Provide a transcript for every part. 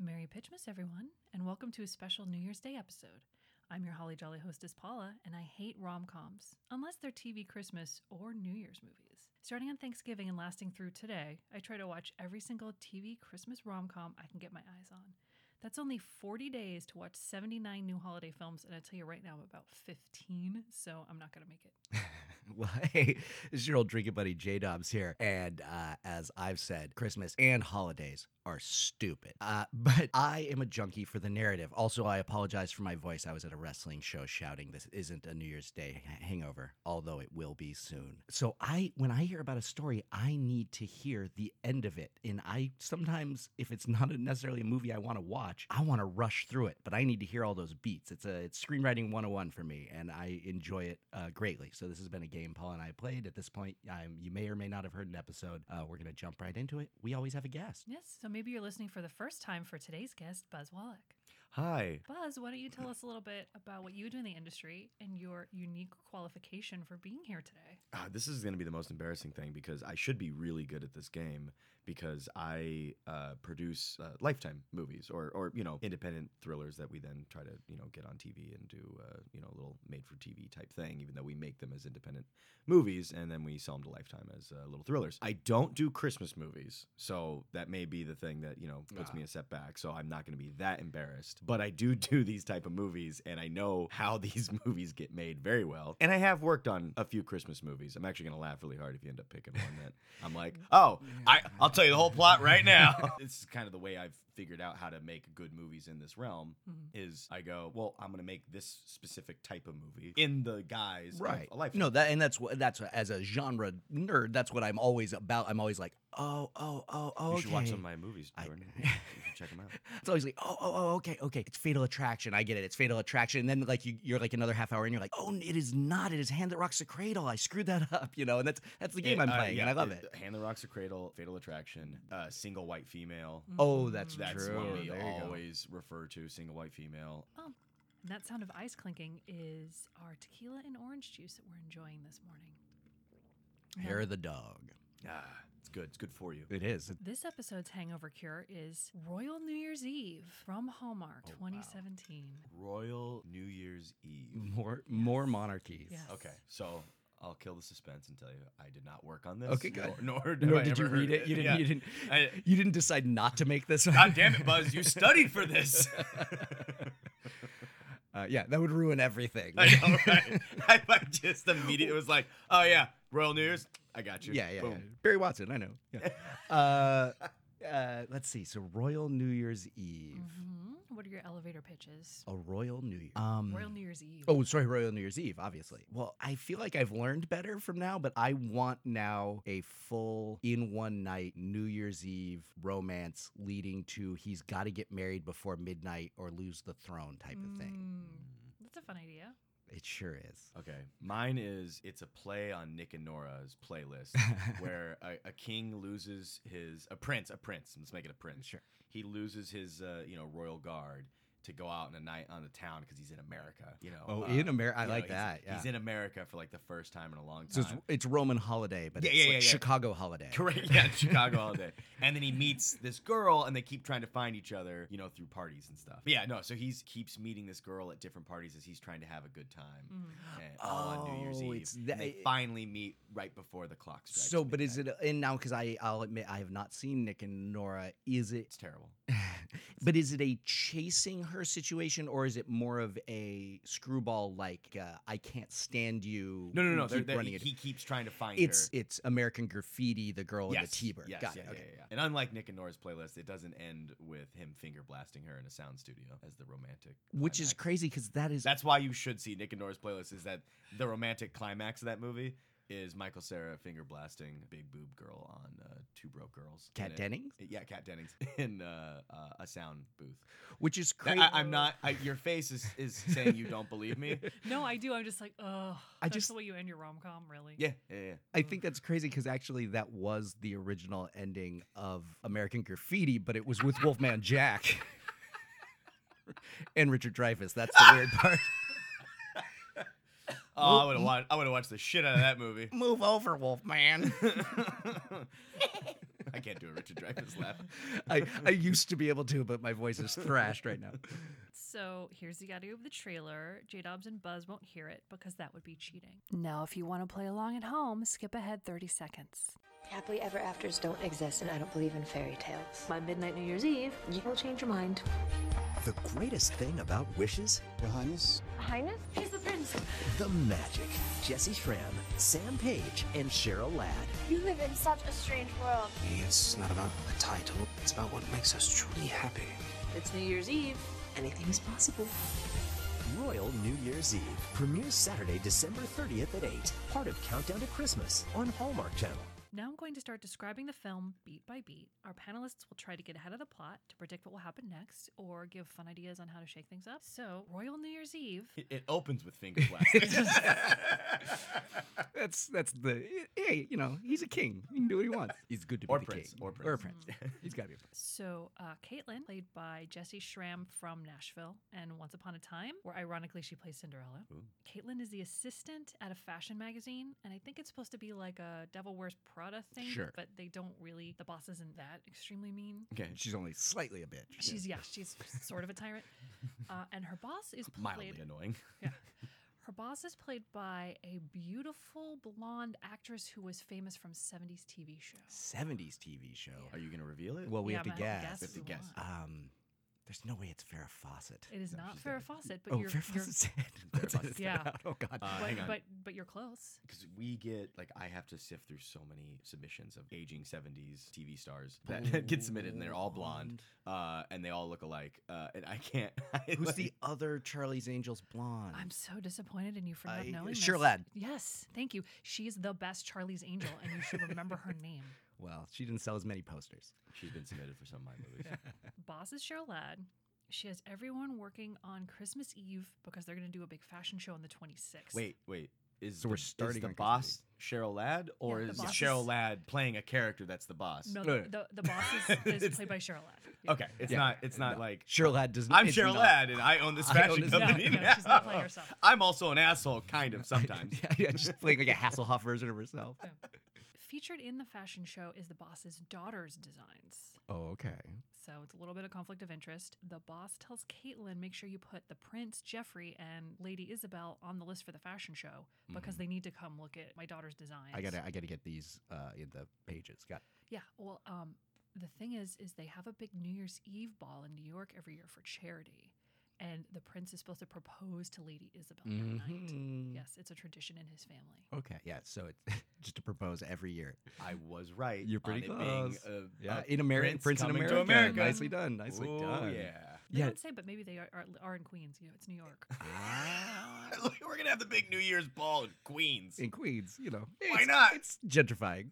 Merry Pitchmas, everyone, and welcome to a special New Year's Day episode. I'm your Holly Jolly hostess, Paula, and I hate rom coms, unless they're TV Christmas or New Year's movies. Starting on Thanksgiving and lasting through today, I try to watch every single TV Christmas rom com I can get my eyes on. That's only 40 days to watch 79 new holiday films, and I tell you right now, I'm about 15, so I'm not going to make it. Well, hey, this is your old drinking buddy J Dubs here. And uh, as I've said, Christmas and holidays are stupid. Uh, but I am a junkie for the narrative. Also, I apologize for my voice. I was at a wrestling show shouting, This isn't a New Year's Day h- hangover, although it will be soon. So, I, when I hear about a story, I need to hear the end of it. And I sometimes, if it's not necessarily a movie I want to watch, I want to rush through it, but I need to hear all those beats. It's a it's screenwriting 101 for me, and I enjoy it uh, greatly. So this has been a game Paul and I played. At this point, I'm, you may or may not have heard an episode. Uh, we're gonna jump right into it. We always have a guest. Yes, so maybe you're listening for the first time for today's guest, Buzz Wallach. Hi. Buzz, why don't you tell us a little bit about what you do in the industry and your unique qualification for being here today? Ah, this is going to be the most embarrassing thing because I should be really good at this game because I uh, produce uh, lifetime movies or, or you know independent thrillers that we then try to you know get on TV and do uh, you know a little made for TV type thing. Even though we make them as independent movies and then we sell them to Lifetime as uh, little thrillers. I don't do Christmas movies, so that may be the thing that you know puts me a step back. So I'm not going to be that embarrassed. But I do do these type of movies, and I know how these movies get made very well. And I have worked on a few Christmas movies. I'm actually going to laugh really hard if you end up picking one that I'm like, oh, I, I'll tell you the whole plot right now. this is kind of the way I've figured out how to make good movies in this realm. Mm-hmm. Is I go, well, I'm going to make this specific type of movie in the guise Right. of a life. No, that and that's what that's what- as a genre nerd. That's what I'm always about. I'm always like, oh, oh, oh, oh. You should watch okay. some of my movies, Jordan. you should check them out. It's always like, oh, oh, oh, okay, okay. It's Fatal Attraction. I get it. It's Fatal Attraction. And then like you, you're like another half hour, and you're like, oh, it is not. It is Hand That Rocks the Cradle. I screwed that up, you know. And that's that's the game I'm Uh, playing, yeah, and I love it. Hand the Rocks a Cradle, Fatal Attraction, uh, Single White Female. Oh, that's, mm, That's true. what we There you go. always refer to, Single White Female. Oh, and that sound of ice clinking is our tequila and orange juice that we're enjoying this morning. Hair of the dog. Ah, it's good. It's good for you. It is. This episode's hangover cure is Royal New Year's Eve from Oh, Hallmark 2017. Royal New Year's Eve. More more monarchies. Yes. Okay, so I'll kill the suspense and tell you I did not work on this. Okay, good. Nor, nor, Nor I did you ever read heard it. You didn't. Yeah. You didn't. I- you didn't decide not to make this. God damn it, Buzz! You studied for this. Uh, yeah, that would ruin everything. I know, right? I, I just immediately was like, "Oh yeah, Royal New Year's. I got you." Yeah, yeah, yeah. Boom. Barry Watson, I know. Yeah. uh, uh, let's see. So Royal New Year's Eve. Mm-hmm. Mhm. What are your elevator pitches? A Royal New Year. Um, Royal New Year's Eve. Oh, sorry, Royal New Year's Eve, obviously. Well, I feel like I've learned better from now, but I want now a full in one night New Year's Eve romance leading to he's got to get married before midnight or lose the throne type of thing. Mm. That's a fun idea. It sure is. Okay. Mine is it's a play on Nick and Nora's playlist where a, a king loses his a prince, a prince. Let's make it a prince. Sure. He loses his uh, you know royal guard to go out on a night on the town because he's in America. You know. Oh, uh, in America, I you know, like he's- that. yeah. He's in America for like the first time in a long so time. it's, it's Roman holiday, but Yeah, it's yeah, like yeah, yeah. Chicago holiday. Correct. Yeah, Chicago all day. And then he meets this girl, and they keep trying to find each other, you know, through parties and stuff. But yeah, no. So he's keeps meeting this girl at different parties as he's trying to have a good time, Mm. and all on New Year's Mm. Oh, Eve. it's that- and they finally meet right before the clock strikes. So, but is midnight. it and now because I I'll admit I have not seen Nick and Nora. Is It's it? terrible. But is it a chasing her situation, or is it more of a screwball like uh, I can't stand you? No, no, you no. They're, keep they're, running he, it. he keeps trying to find It's her. it's American Graffiti, the girl in the Yes, T-bird. yes, Got yeah, it. yeah, okay. yeah, yeah. And unlike Nick and Nora's playlist, it doesn't end with him finger blasting her in a sound studio as the romantic. Which climax. is crazy because that is That's why you should see Nick and Nora's playlist. Is that the romantic climax of that movie? Is Michael Sarah finger blasting big boob girl on uh, Two Broke Girls? Kat in a- Dennings? Yeah, Cat Dennings in uh, uh, a sound booth. which is I, crazy. I, am not. I, your face is, is saying you don't believe me. No, I do. I'm just like, oh, I that's just- the way you end your rom com, really. Yeah, yeah, yeah. I think that's crazy because actually that was the original ending of American Graffiti, but it was with Wolfman Jack and Richard Dreyfuss. That's the weird part. Oh, I would have watched. I would have watched the shit out of that movie. Move over, Wolfman. I can't do a Richard Dreyfuss laugh. I, I used to be able to, but my voice is thrashed right now. So here's the audio of the trailer. J Dobbs and Buzz won't hear it because that would be cheating. Now, if you want to play along at home, skip ahead 30 seconds. Happily ever afters don't exist, and I don't believe in fairy tales. By midnight New Year's Eve, you will change your mind. The greatest thing about wishes, Your Highness? Highness? He's the prince. the magic. Jesse Schramm, Sam Page, and Cheryl Ladd. You live in such a strange world. It's not about the title, it's about what makes us truly happy. It's New Year's Eve. Anything is possible. Royal New Year's Eve premieres Saturday, December 30th at 8. Part of Countdown to Christmas on Hallmark Channel. Now I'm going to start describing the film beat by beat. Our panelists will try to get ahead of the plot to predict what will happen next or give fun ideas on how to shake things up. So, Royal New Year's Eve. It, it opens with finger blasts. That's that's the hey, you know, he's a king. He can do what he wants. He's good to Or be the prince, king. or Or a prince. prince. he's got to be a prince. So, uh, Caitlin, played by Jessie Schramm from Nashville and Once Upon a Time, where ironically she plays Cinderella. Caitlin is the assistant at a fashion magazine, and I think it's supposed to be like a Devil Wears Prada thing, Sure. but they don't really, the boss isn't that extremely mean. okay. She's only slightly a bitch. She's, yeah, she's sort of a tyrant. Uh, and her boss is Mildly played annoying. Yeah. Her boss is played by a beautiful blonde actress who was famous from 70s TV shows. 70s TV show. Are you going to reveal it? Well, we Yeah, have to but I don't guess. guess We have to who guess. won. Um, there's no way it's Farrah Fawcett. It is No, not she's Farrah dead. Fawcett, but oh, you're, Farrah you're Fawcett's dead. Farrah That's it. Fawcett's dead. Yeah. Oh God. Uh, but, hang on. but but you're close. because we get like I have to sift through so many submissions of aging '70s TV stars that get submitted, and they're all blonde, uh, and they all look alike, uh, and I can't. I, Who's like- the other Charlie's Angels blonde? I'm so disappointed in you for not I- knowing this. Shirlad. Yes, thank you. She is the best Charlie's Angel, and you should remember her name. well, she didn't sell as many posters. She's been submitted for some of my movies. Boss is Shirlad. She has everyone working on Christmas Eve because they're going to do a big fashion show on the 26th. Wait, wait. Is So the, we're is starting the on Christmas boss Cheryl Ladd, or the is boss Cheryl is- Ladd playing a character that's the boss? No, No, no. the, the, the boss is, is played by Shirlad. Yeah. Okay, it's not. It's not No. like Sherlad does I'm it's Cheryl not- Ladd, and I own this I own fashion this- No, company. no, now. she's not playing herself. I'm also an asshole, kind of sometimes. yeah, yeah, just playing like a Hasselhoff version of herself. Featured in the fashion show is the boss's daughter's designs. Oh, okay. So it's a little bit of conflict of interest. The boss tells Caitlin, make sure you put the prince, Jeffrey, and Lady Isabel on the list for the fashion show because they need to come look at my daughter's designs. Mm-hmm. I gotta, I gotta get these uh, in the pages. Got Yeah. Well, um, the thing is, is they have a big New Year's Eve ball in New York every year for charity. And the prince is supposed to propose to Lady Isabel that night. Mhm. Yes, it's a tradition in his family. okay, yeah. So it's just to propose every year. I was right. You're on pretty it being close. a- yeah, a in America, Prince, in coming America. to America. Nicely done. Nicely Oh, done. Yeah. Mm-hmm. They Yeah. don't say, but maybe they are, are, are in Queens. You know, it's New York. Look, We're gonna have the big New Year's ball in Queens. in Queens, you know. Why it's- not? It's gentrifying.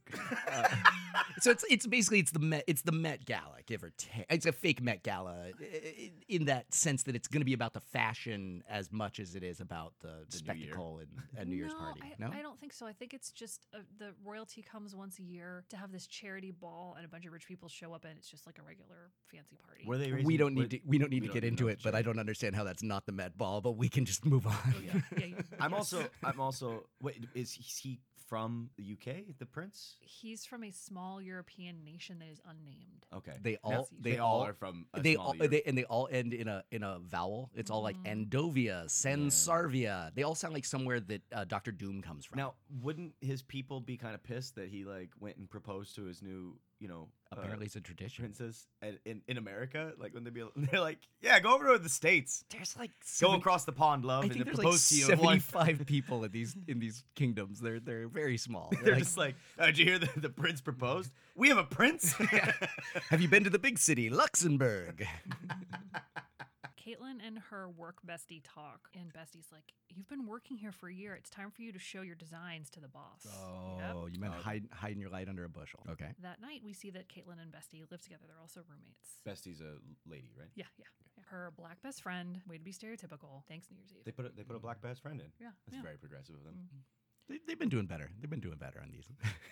Uh, so it's it's basically it's the Met it's the Met Gala, give or take. It's a fake Met Gala i- i- in that sense that it's going to be about the fashion as much as it is about the, the The New Year. spectacle and a New Year's party. I, no, I don't think so. I think it's just uh the royalty comes once a year to have this charity ball, and a bunch of rich people show up, and it's just like a regular fancy party. Were they we raising- don't were- need to we don't need we to get even into know it, if but Jay- I don't understand how that's not the Met Ball. But we can just move Oh, on. Oh, yeah, yeah, you- I'm yes. also. I'm also. Wait, is he- is he from the UK? The Prince? He's from a small European nation that is unnamed. Okay. They all That's- they, they all all are from a they small all Europe. they, and they all end in a in a vowel. It's all like Mm-hmm. Endovia, Sensarvia. They all sound like somewhere that uh, Doctor Doom comes from. Now, wouldn't his people be kind of pissed that he like went and proposed to his new, you know, uh, apparently it's a tradition. princess in, in in America? Like, wouldn't they be? They're like, yeah, go over to the states, There's like go across the pond, love, I and think then there's propose like to you. in one- seventy-five people in these in these kingdoms. They're they're very small. They're They're like, just like, oh, did you hear the, the prince proposed? We have a prince. have you been to the big city, Luxembourg? Caitlin and her work bestie talk, and bestie's like, "You've been working here for a year. It's time for you to show your designs to the boss." Oh, Yep. Oh, you meant hide hiding your light under a bushel. Okay. That night, we see that Caitlin and Bestie live together. They're also roommates. Bestie's a lady, right? Yeah, yeah. yeah. Her black best friend, way to be stereotypical. Thanks, New Year's Eve. They put a, they put a black best friend in. Yeah, that's yeah. very progressive of them. They, they've been doing better. They've been doing better on these.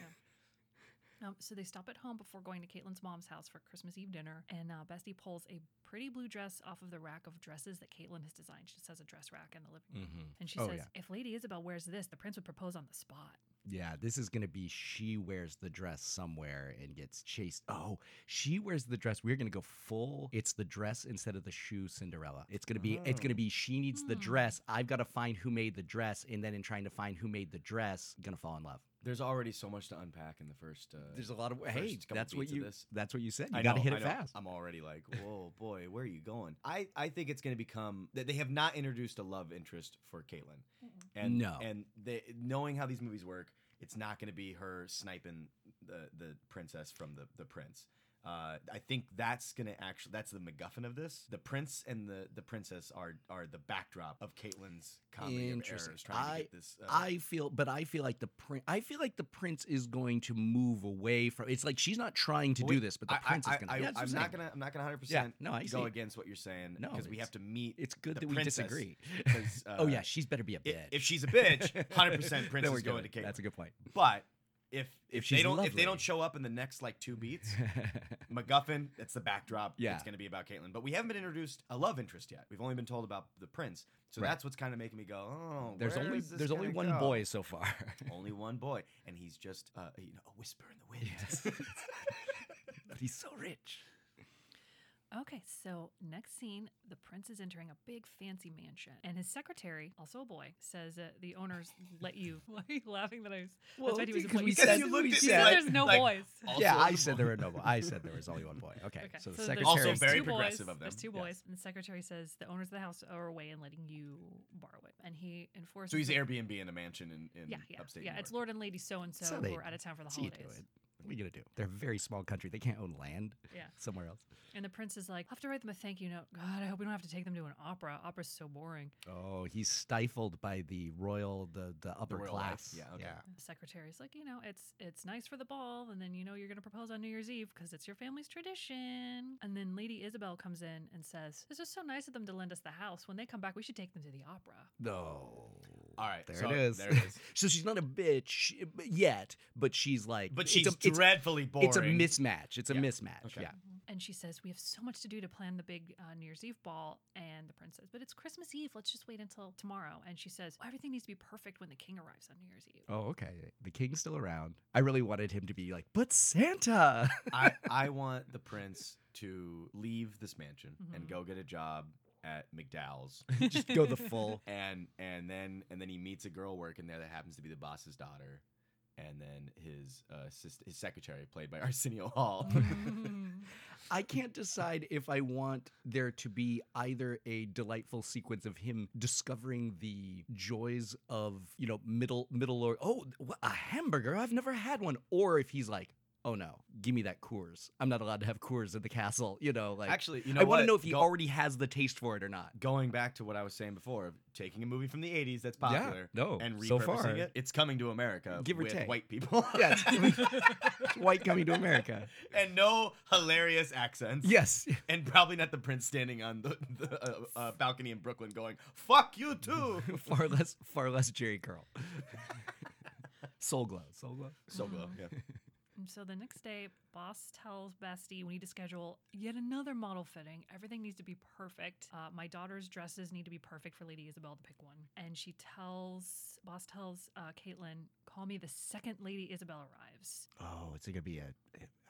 Um, so they stop at home before going to Caitlin's mom's house for Christmas Eve dinner, and uh, Bestie pulls a pretty blue dress off of the rack of dresses that Caitlin has designed. She just has a dress rack in the living room, and she Oh, says, yeah. "If Lady Isabel wears this, the prince would propose on the spot." Yeah, this is going to be she wears the dress somewhere and gets chased. Oh, she wears the dress. We're going to go full. It's the dress instead of the shoe Cinderella. It's going to be it's going to be she needs the Hmm. dress. I've got to find who made the dress and then in trying to find who made the dress, going to fall in love. There's already so much to unpack in the first. Uh, There's a lot of first Hey, couple that's what beats of you this. that's what you said. I You got to know, hit I it know. fast. I'm already like, whoa, boy, where are you going? I, I think it's going to become that they have not introduced a love interest for Caitlyn, and No. and they, knowing how these movies work, it's not going to be her sniping the the princess from the the prince. Uh, I think that's gonna actually that's the MacGuffin of this. The prince and the the princess are are the backdrop of Caitlyn's comedy of Interesting. errors trying I- to get this. Uh, I feel, but I feel like the prince. I feel like the prince is going to move away from. It's like she's not trying to Well, do wait, this, but the I- prince I, is going to. I, I'm not gonna. I'm not gonna 100 percent. no, I go see. against what you're saying. No, because we it's- have to meet. It's good the that we princess, disagree. because, oh uh, yeah, she's better be a I- bitch. If she's a bitch, 100 percent Then Prince we're is going good. to Caitlyn. That's a good point. But if If if, she's they don't if they don't lovely. show up in the next like two beats, MacGuffin, that's the backdrop. Yeah. It's going to be about Caitlyn. But we haven't been introduced a love interest yet. We've only been told about the prince. So Right. that's what's kind of making me go, oh, there's where only is this there's only gonna one go? boy so far. Only one boy, and he's just uh, you know a whisper in the wind. But He's so rich. Okay, so next scene, the prince is entering a big fancy mansion, and his secretary, also a boy, says uh, the owners let you. Why are you laughing that I was? Well, right, he was a because boy. we You said- you we looked- you said, said like- there's no like- boys. yeah, Also I the said boy. there were no. bo- I said there was only one boy. Okay, Okay, so the there's secretary. Also two very boys, progressive of There's them. two Yes. boys, and the secretary says the owners of the house are away and letting you borrow it, and he enforces. so he's it. Airbnb in a mansion in, in Yeah, yeah, upstate. yeah. New It's York. Lord and Lady so and so So who they- are out of town for the See you holidays. do it. What are you gonna do? They're a very small country. They can't own land Yeah, somewhere else. and the prince is like, "I'll have to write them a thank you note. God, I hope we don't have to take them to an opera. Opera's so boring." Oh, he's stifled by the royal, the the upper royal life. class. Yeah, okay. The secretary's like, you know, it's it's nice for the ball, and then you know you're gonna propose on New Year's Eve because it's your family's tradition. And then Lady Isabel comes in and says, "This is so nice of them to lend us the house. When they come back, we should take them to the opera." No. All right, There so it is. there it is. so she's not a bitch yet, but she's like. But it's she's a, it's, dreadfully boring. It's a mismatch. It's a Yeah. mismatch. Okay. Yeah. And she says, "We have so much to do to plan the big uh, New Year's Eve ball." And the prince says, "But it's Christmas Eve. Let's just wait until tomorrow." And she says, "Everything needs to be perfect when the king arrives on New Year's Eve." Oh, okay. The king's still around. I really wanted him to be like, but Santa. I, I want the prince to leave this mansion Mhm. and go get a job at McDowell's, Just go the full. and and then and then he meets a girl working there that happens to be the boss's daughter, and then his uh, assist, his secretary, played by Arsenio Hall. I can't decide if I want there to be either a delightful sequence of him discovering the joys of you know middle middle or oh wha- a hamburger I've never had one, or if he's like oh no give me that Coors I'm not allowed to have Coors in the castle you know like Actually, you know I want what? to know if he Go- already has the taste for it or not. Going back to what I was saying before, of taking a movie from the '80s that's Yeah, popular, no, and repurposing so far. it, it's coming to America Give or with take. white people, Yeah, it's white coming to America. and no hilarious accents. Yes, And probably not the prince standing on the, the uh, uh, balcony in Brooklyn going, fuck you too. far less far less Jerry Curl. Soul glow, soul glow. so glow, yeah. And so the next day, boss tells Bestie, we need to schedule yet another model fitting. Everything needs to be perfect. Uh, my daughter's dresses need to be perfect for Lady Isabel to pick one. And she tells, boss tells uh, Caitlin, call me the second Lady Isabel arrives. Oh, it's gonna be a.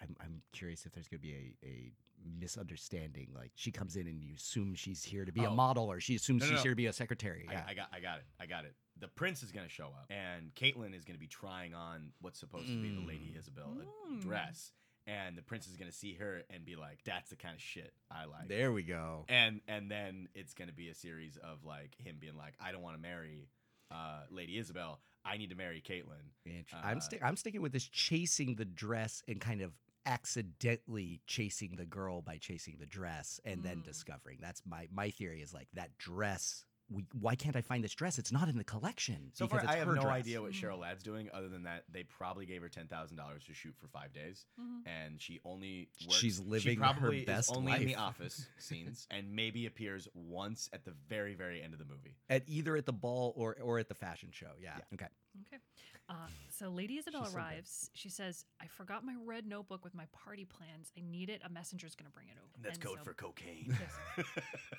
I'm I'm curious if there's gonna be a, a misunderstanding. Like she comes in and you assume she's here to be a Oh. model, or she assumes No, no, she's no. here to be a secretary. I- Yeah. I, got, I got it. I got it. The prince is going to show up, and Caitlyn is going to be trying on what's supposed to be the Lady Isabel uh, Mm. dress, and the prince is going to see her and be like, "That's the kind of shit I like." there we go. And and then it's going to be a series of like him being like, "I don't want to marry uh, Lady Isabel. I need to marry Caitlyn." Int- I'm uh, stick. I'm sticking with this chasing the dress and kind of accidentally chasing the girl by chasing the dress and then Mm. discovering. That's my my theory is like that dress. We, why can't I find this dress? It's not in the collection. So because far, it's I have her no dress. idea what Mm. Cheryl Ladd's doing, other than that they probably gave her ten thousand dollars to shoot for five days, Mhm. and she only works, She's living she her probably best is only in the life. office scenes, and maybe appears once at the very very end of the movie. At either at the ball or or at the fashion show. Yeah. Okay. Okay. Uh, so Lady Isabel so good. arrives. she says, I forgot my red notebook with my party plans. I need it. A messenger's going to bring it over. That's And code so- for cocaine. Yes.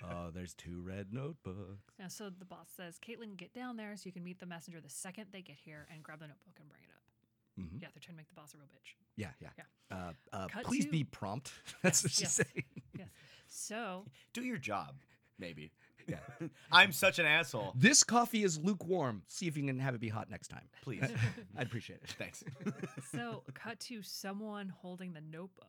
Oh, there's There's two red notebooks. Yeah, so the boss says, Caitlin, get down there so you can meet the messenger the second they get here and grab the notebook and bring it up. Mhm. Hmm? Yeah, they're trying to make the boss a real bitch. Yeah, yeah. Yeah. Uh, uh, Cut please to- be prompt. That's what she's yes. saying. Yes. So Do your job, maybe. Yeah. I'm such an asshole. This coffee is lukewarm. See if you can have it be hot next time. Please. I'd appreciate it. Thanks. so cut to someone holding the notebook.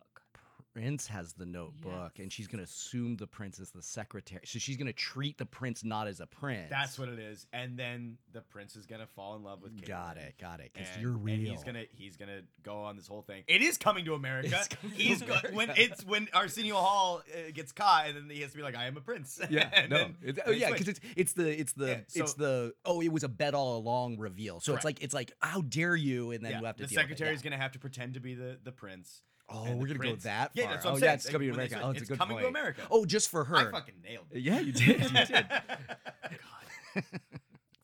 Prince has the notebook, and she's going to assume the prince is the secretary. So she's going to treat the prince not as a prince. That's what it is. And then the prince is gonna fall in love with Caitlyn. Got it. Got it. Because And, you're real. and he's gonna he's gonna go on this whole thing. It is coming to America. It's coming to he's go- when it's when Arsenio Hall uh, gets caught, and then he has to be like, "I am a prince." Yeah, And no, then- It's- and oh, they yeah, switch. because it's it's the it's the Yeah, it's so- the oh it was a bet all along reveal. So it's Correct. like it's like how dare you, and then Yeah, you have to. the deal with it, secretary's yeah. gonna have to pretend to be the the prince. Oh, and the we're gonna prince- go that far. Yeah, that's what I'm oh, saying. Yeah, it's Like, coming to when they America. said, Oh, it's, it's a good coming to point. America. Oh, just for her. I fucking nailed it. yeah, you did. You did.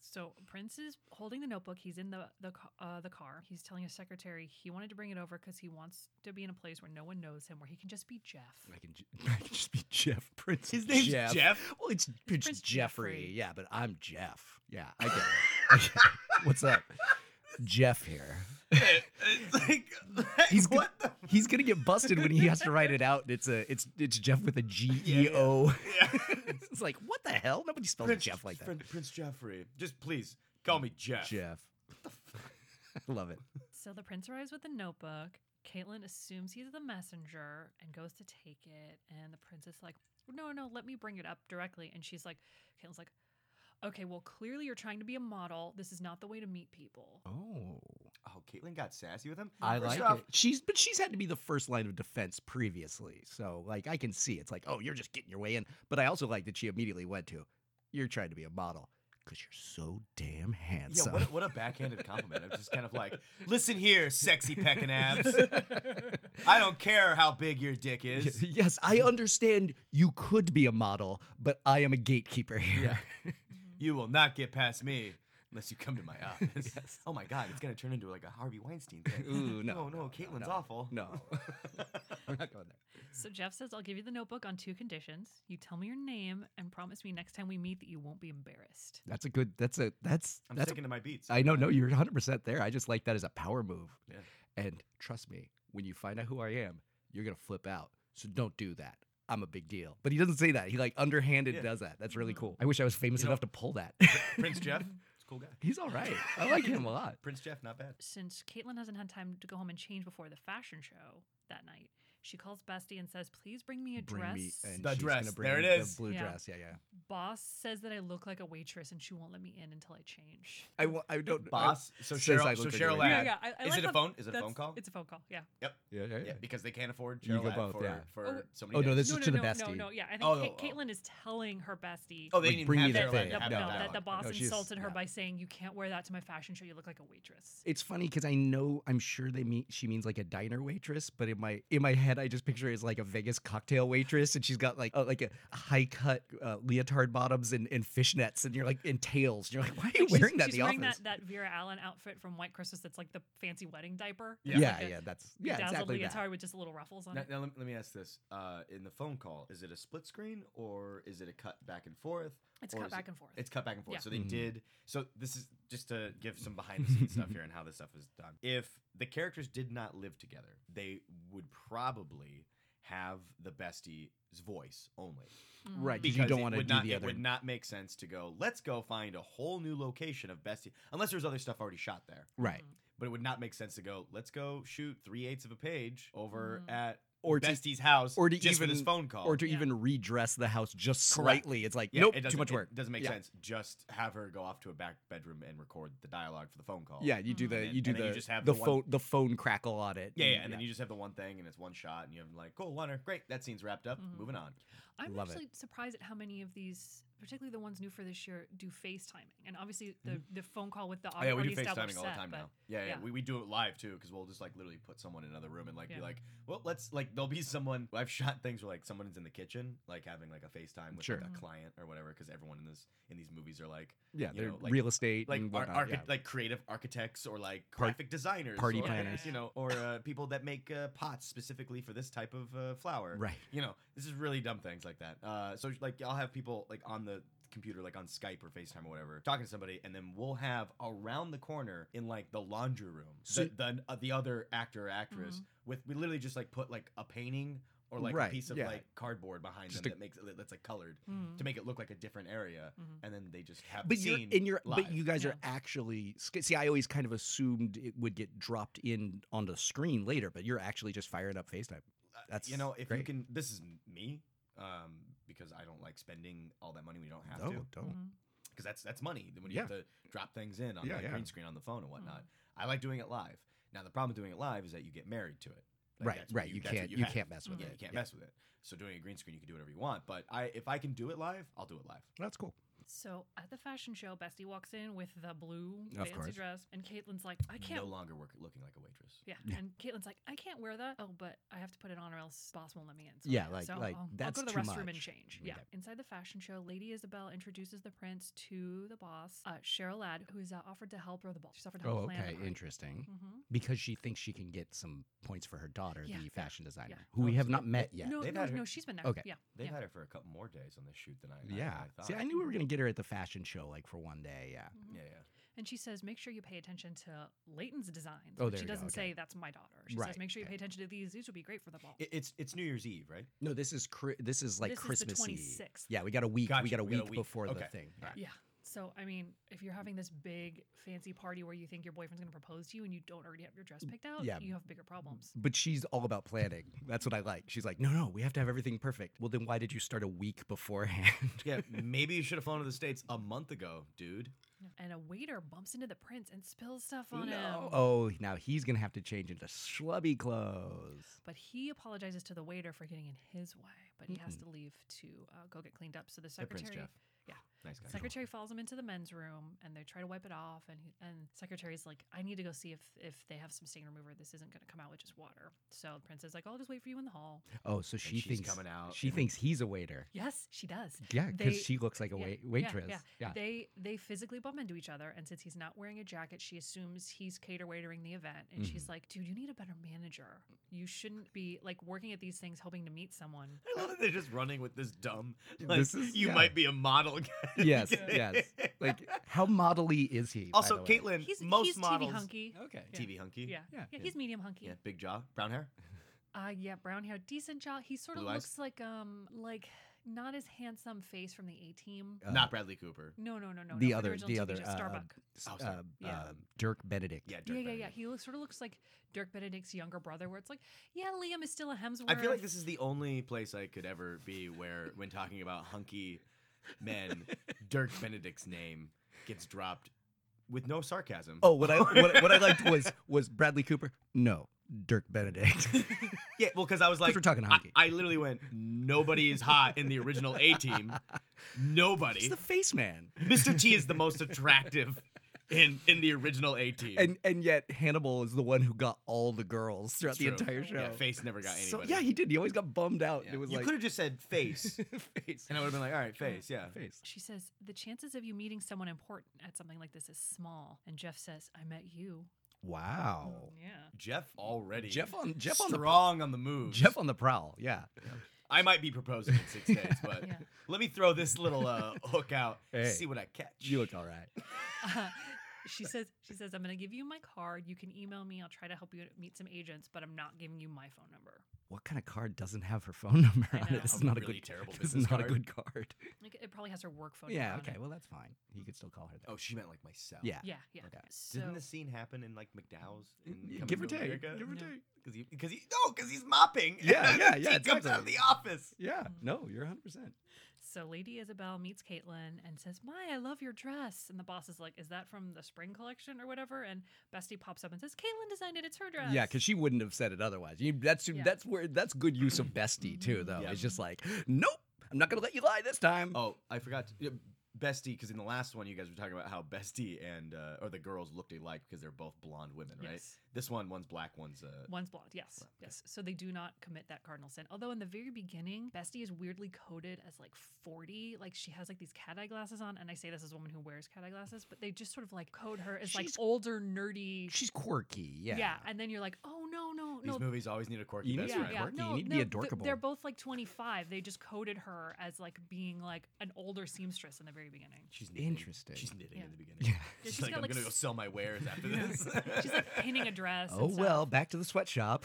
So Prince is holding the notebook. He's in the the ca- uh, the car. He's telling his secretary he wanted to bring it over because he wants to be in a place where no one knows him, where he can just be Jeff. I can, ju- I can just be Jeff Prince. His name's Jeff? Well, it's, it's Prince Jeffrey. Jeffrey. Yeah, but I'm Jeff. Yeah, I get it. I get it. What's up? Jeff here. it's like, He's gonna, what the he's gonna get busted when he has to write it out. It's a it's it's Jeff with a G E O. It's like what the hell? Nobody spells Jeff like that. Prince, Prince Jeffrey. Just please call me Jeff. Jeff. I love it. So the prince arrives with the notebook. Caitlin assumes he's the messenger and goes to take it. And the prince is like, no, no, let me bring it up directly. And she's like, Caitlin's like, okay, well, clearly you're trying to be a model. This is not the way to meet people. Oh, Oh, Caitlin got sassy with him. I First like off, it. She's but she's had to be the first line of defense previously, so like I can see it's like oh you're just getting your way in. But I also like that she immediately went to you're trying to be a model because you're so damn Yeah, handsome. what a, what a backhanded compliment. I'm just kind of like, listen here, sexy pecking abs. I don't care how big your dick is. yes, I understand you could be a model, but I am a gatekeeper here. You will not get past me unless you come to my office. Oh my God, it's gonna turn into like a Harvey Weinstein thing. Ooh, no, no, no, no, Caitlin's no, awful. No. We're not going there. So Jeff says, I'll give you the notebook on two conditions. You tell me your name and promise me next time we meet that you won't be embarrassed. That's a good that's a that's I'm that's a- sticking to my beats. I know, no, you're 100 percent there. I just like that as a power move. Yeah. And trust me, when you find out who I am, you're gonna flip out. So don't do that. I'm a big deal. But he doesn't say that. He like underhanded Yeah. Mm-hmm. does that. That's really Mhm. cool. I wish I was famous You know- enough to pull that. Prince Jeff, it's a cool guy. He's all right. I like him a lot. Prince Jeff, not bad. Since Caitlin hasn't had time to go home and change before the fashion show that night, she calls Bestie and says, please bring me a dress. and The she's dress. gonna bring There it me the is. blue Yeah. dress. Yeah, yeah. Boss says that I look like a waitress and she won't let me in until I change. I, wa- I don't. Boss, so says I Cheryl, so look like a Cheryl lady. Yeah, Ladd. yeah. I, I is like it a the- phone? Is it a that's- phone call? It's a phone call. Yeah. yeah, yeah, Yeah, because they can't afford You Cheryl go Ladd both, for, yeah. for Oh, so many. oh, no, days. this no, is no, to the no, bestie. No, no, yeah. I think Oh, Ca- oh, oh. Caitlin is telling her bestie. Oh, they Like, didn't bring even me have the Cheryl Ladd thing. to that, have the- no no, that dialogue. the boss No, she's- insulted her no. by saying you can't wear that to my fashion show. You look like a waitress. It's funny because I know I'm sure they mean she means like a diner waitress, but in my in my head I just picture it as like a Vegas cocktail waitress, and she's got like a, like a high cut uh, leotard bottoms and, and fishnets, and you're like in tails. And you're like, why are you Like, wearing she's, that? in She's the wearing office? that that Vera Allen outfit from White Christmas. That's like the fancy wedding diaper. yeah, Yeah. yeah, Like a that's yeah, bedazzled exactly leotard that. with just little ruffles on Now, it. now let, me, let me ask this: uh, in the phone call, is it a split screen or is it a cut back and forth? It's or cut is back it- and forth. It's cut back and forth. Yeah. So they Mhm. did. So this is just to give some behind the scenes stuff here and how this stuff is done. If the characters did not live together, they would probably have the bestie's voice only. Mhm. Right, 'cause you don't it want to would do not- the It other. would not make sense to go. Let's go find a whole new location of bestie, unless there's other stuff already shot there Mm-hmm. Right, but it would not make sense to go. Let's go shoot three eighths of a page over Mm. at Or or to- Bestie's house, or or to just for this even- phone call, or to Yeah. even redress the house just Correct. slightly. It's like Yeah, nope, it too doesn't- much work. It doesn't make Yeah. sense. Just have her go off to a back bedroom and record the dialogue for the phone call. Yeah, you do Mhm. the And you do then the you just have the, the one- phone the phone crackle on it. Yeah, yeah, and then you just have the one thing, and it's one shot, and you have like, cool, Wonder, great, that scene's wrapped up, Mhm. moving on. I'm Love it. actually surprised at how many of these, particularly the ones new for this year, do FaceTiming. And obviously the, the phone call with the Oh, yeah, we already do established FaceTiming all the set, time but- now. Yeah, yeah, yeah. We, we do it live too because we'll just like literally put someone in another room and like Yeah. be like, well, let's like there'll be someone. I've shot things where like someone's in the kitchen, like having like a FaceTime with Sure. like, Mhm. a client or whatever, because everyone in this in these movies are like yeah, you they're know, like- real estate like and ar- whatnot, archi- yeah. like creative architects or like Par- graphic designers, party or, planners. you know, or uh, people that make uh, pots specifically for this type of uh, flower, Right. You know, This is really dumb things like that. Uh, so like I'll have people like on the computer, like on Skype or FaceTime or whatever, talking to somebody, and then we'll have around the corner in like the laundry room So- the the, uh, the other actor or actress with we literally just like put like a painting. Or like Right, a piece of yeah. like cardboard behind Just them a- that makes it, that's like colored Mm-hmm. to make it look like a different area, and then they just have But the you're scene in your, live. but you guys are actually sc- see. I always kind of assumed it would get dropped in onto the screen later, but you're actually just firing up FaceTime. That's Uh, you know if you great. can this is me um because i don't like spending all that money when you don't have no, to Oh, don't. Mm-hmm. because that's that's money when you Yeah. have to drop things in on Yeah, that yeah. green screen on the phone Hmm. and whatnot i like doing it live now the problem with doing it live is that you get married to it Like, right, that's what right. You, that's what can't, you have. Mm-hmm. can't mess with Hmm. yeah, it. you can't mess with it. So doing a green screen, you can do whatever you want. But I, if I can do it live, I'll do it live. That's cool. So at the fashion show, Bestie walks in with the blue Of fancy course. dress, and Caitlin's like, "I can't." No longer work looking like a waitress. yeah. and Caitlin's like, "I can't wear that." Oh, but I have to put it on, or else boss won't let me in. So Yeah, I- like- so like, I'll, that's I'll go to too the restroom and much. change. Yeah. Okay. Inside the fashion show, Lady Isabel introduces the prince to the boss, uh, Cheryl Ladd, who is uh, offered to help her the ball. She's offered to help Oh, plan the okay, party. interesting. Mhm. Because she thinks she can get some points for her daughter, Yeah, yeah, the fashion designer, yeah. who we Oh, have so not they- met yet. No, They've no, had her- no, she's been there. Okay. Yeah. They've yeah. had her for a couple more days on this shoot than I. I- yeah. I, thought. See, I knew we were gonna get her at the fashion show, like for one day. Yeah. Yeah, yeah. Mm-hmm. And she says, make sure you pay attention to Leighton's designs. Oh, but there she you go, doesn't okay. say that's my daughter. She Right, says, make sure you okay. pay attention to these. These would be great for the ball. It, it's it's New Year's Eve, right? No, this is cri- this is like This is the Christmas Eve. 26th. Yeah, we got a week. Gotcha, We got a we week, got a week. before the Okay. thing. All right. yeah. So, I mean, if you're having this big fancy party where you think your boyfriend's going to propose to you and you don't already have your dress picked out, Yeah. you have bigger problems. But she's all about planning. That's what I like. She's like, no, no, we have to have everything perfect. Well, then why did you start a week beforehand? Yeah, maybe you should have flown to the states a month ago, dude. And a waiter bumps into the prince and spills stuff on him. Oh, now he's gonna have to change into schlubby clothes. But he apologizes to the waiter for getting in his way, but he has to leave to uh, go get cleaned up. So the Prince secretary, Jeff. yeah, Nice guy. secretary follows him into the men's room, and they try to wipe it off. And he, and secretary's like, "I need to go see if if they have some stain remover. This isn't going to come out with just water." So the prince is like, "I'll just wait for you in the hall." Oh, so she she's thinks coming out She and- thinks he's a waiter. Yes, she does. Yeah, They- because she looks like a yeah, wai- yeah, waitress. Yeah, They they physically bump into each other, and since he's not wearing a jacket, she assumes he's cater waitering the event, and she's like, "Dude, you need a better manager. You shouldn't be like working at these things hoping to meet someone." I love that they're just running with this dumb. Like, This is- you yeah. might be a model. yes, yes. Like, how modelly is he? by also, the way? Caitlin, He's most he's models. TV hunky. Okay. Yeah. TV hunky. Yeah. yeah, Oh, Yeah. he's medium hunky. Yeah, big jaw, brown hair. Uh yeah, brown hair, decent jaw. He sort Blue of eyes? looks like um like not his handsome face from the A Team. Uh, Not Bradley Cooper. no, no, no, no. the not other, original the TV other, show, uh, Starbuck. s- Oh, sorry. uh, Yeah. um, Dirk Benedict. Yeah, Dirk Yeah, yeah, Benedict. yeah. He looks, sort of looks like Dirk Benedict's younger brother, where it's like, yeah, Liam is still a Hemsworth. I feel like this is the only place I could ever be where, when talking about hunky men, Dirk Benedict's name gets dropped with no sarcasm. Oh, what I what, what I liked was was Bradley Cooper. No, Dirk Benedict. yeah. Well, because I was like, we're talking I- hunky. I, literally went, nobody is hot in the original A team. Nobody. He's the face man. Mr. T is the most attractive in in the original A team. And and yet Hannibal is the one who got all the girls throughout It's the true. entire show. Yeah, face never got So, anybody. yeah, he did. He always got bummed out. It was you like could have just said face, face, and I would have been like, all right, face, yeah. face. She says, the chances of you meeting someone important at something like this is small. And Jeff says, I met you. Wow. Yeah. Jeff already. Jeff on Jeff on the Mm. strong on the move. Jeff on the prowl. Yeah. I might be proposing in six days, but Yeah. let me throw this little uh, hook out. Hey. See what I catch. You look all right. she says, she says, I'm going to give you my card. You can email me. I'll try to help you meet some agents, but I'm not giving you my phone number. What kind of card doesn't have her phone number I on know. it? This is A not a really good terrible This is business not a card. good card. Like, It probably has her work phone. Yeah. number on Okay. it. Well, that's fine. You could still call her that. Oh, she meant like myself. yeah. Yeah, yeah. Okay. So, Didn't this scene happen in like McDowell's? In Mm, Yeah, Coming give or to take, America? give or No. Because he, because he, no, because he's mopping. Yeah, yeah, yeah, he comes out of exactly. the office. Yeah. No, you're 100. percent so Lady Isabel meets Caitlin and says, My, I love your dress. And the boss is like, Is that from the spring collection or whatever? And Bestie pops up and says, Caitlin designed it. It's her dress. Yeah, because she wouldn't have said it otherwise. You, that's Yeah. that's where that's good use of bestie too, though. Yeah. It's just like, nope, I'm not gonna let you lie this time. Oh, I forgot. To, yeah, Bestie, because in the last one you guys were talking about how Bestie and uh, or the girls looked alike because they're both blonde women, right? Yes. This one, one's black, one's uh, One's blonde, yes, yes. So they do not commit that cardinal sin. Although in the very beginning, Bestie is weirdly coded as like forty, like she has like these cat eye glasses on, and I say this as a woman who wears cat eye glasses, but they just sort of like code her as like She's- older, nerdy. She's quirky, yeah. and then you're like, oh no, no, don't know. These movies always need a quirky You need best yeah, to friend. yeah. quirky. No, You need to no, be they're- adorkable. They're both like 25. They just coded her as like being like an older seamstress in the very beginning. She's knitting. Interesting. She's knitting Yeah. in the beginning. Yeah. She's, she's like, got, I'm like, gonna go s- sell my wares after this. She's like pinning a dress. and oh stuff. well, back to the sweatshop.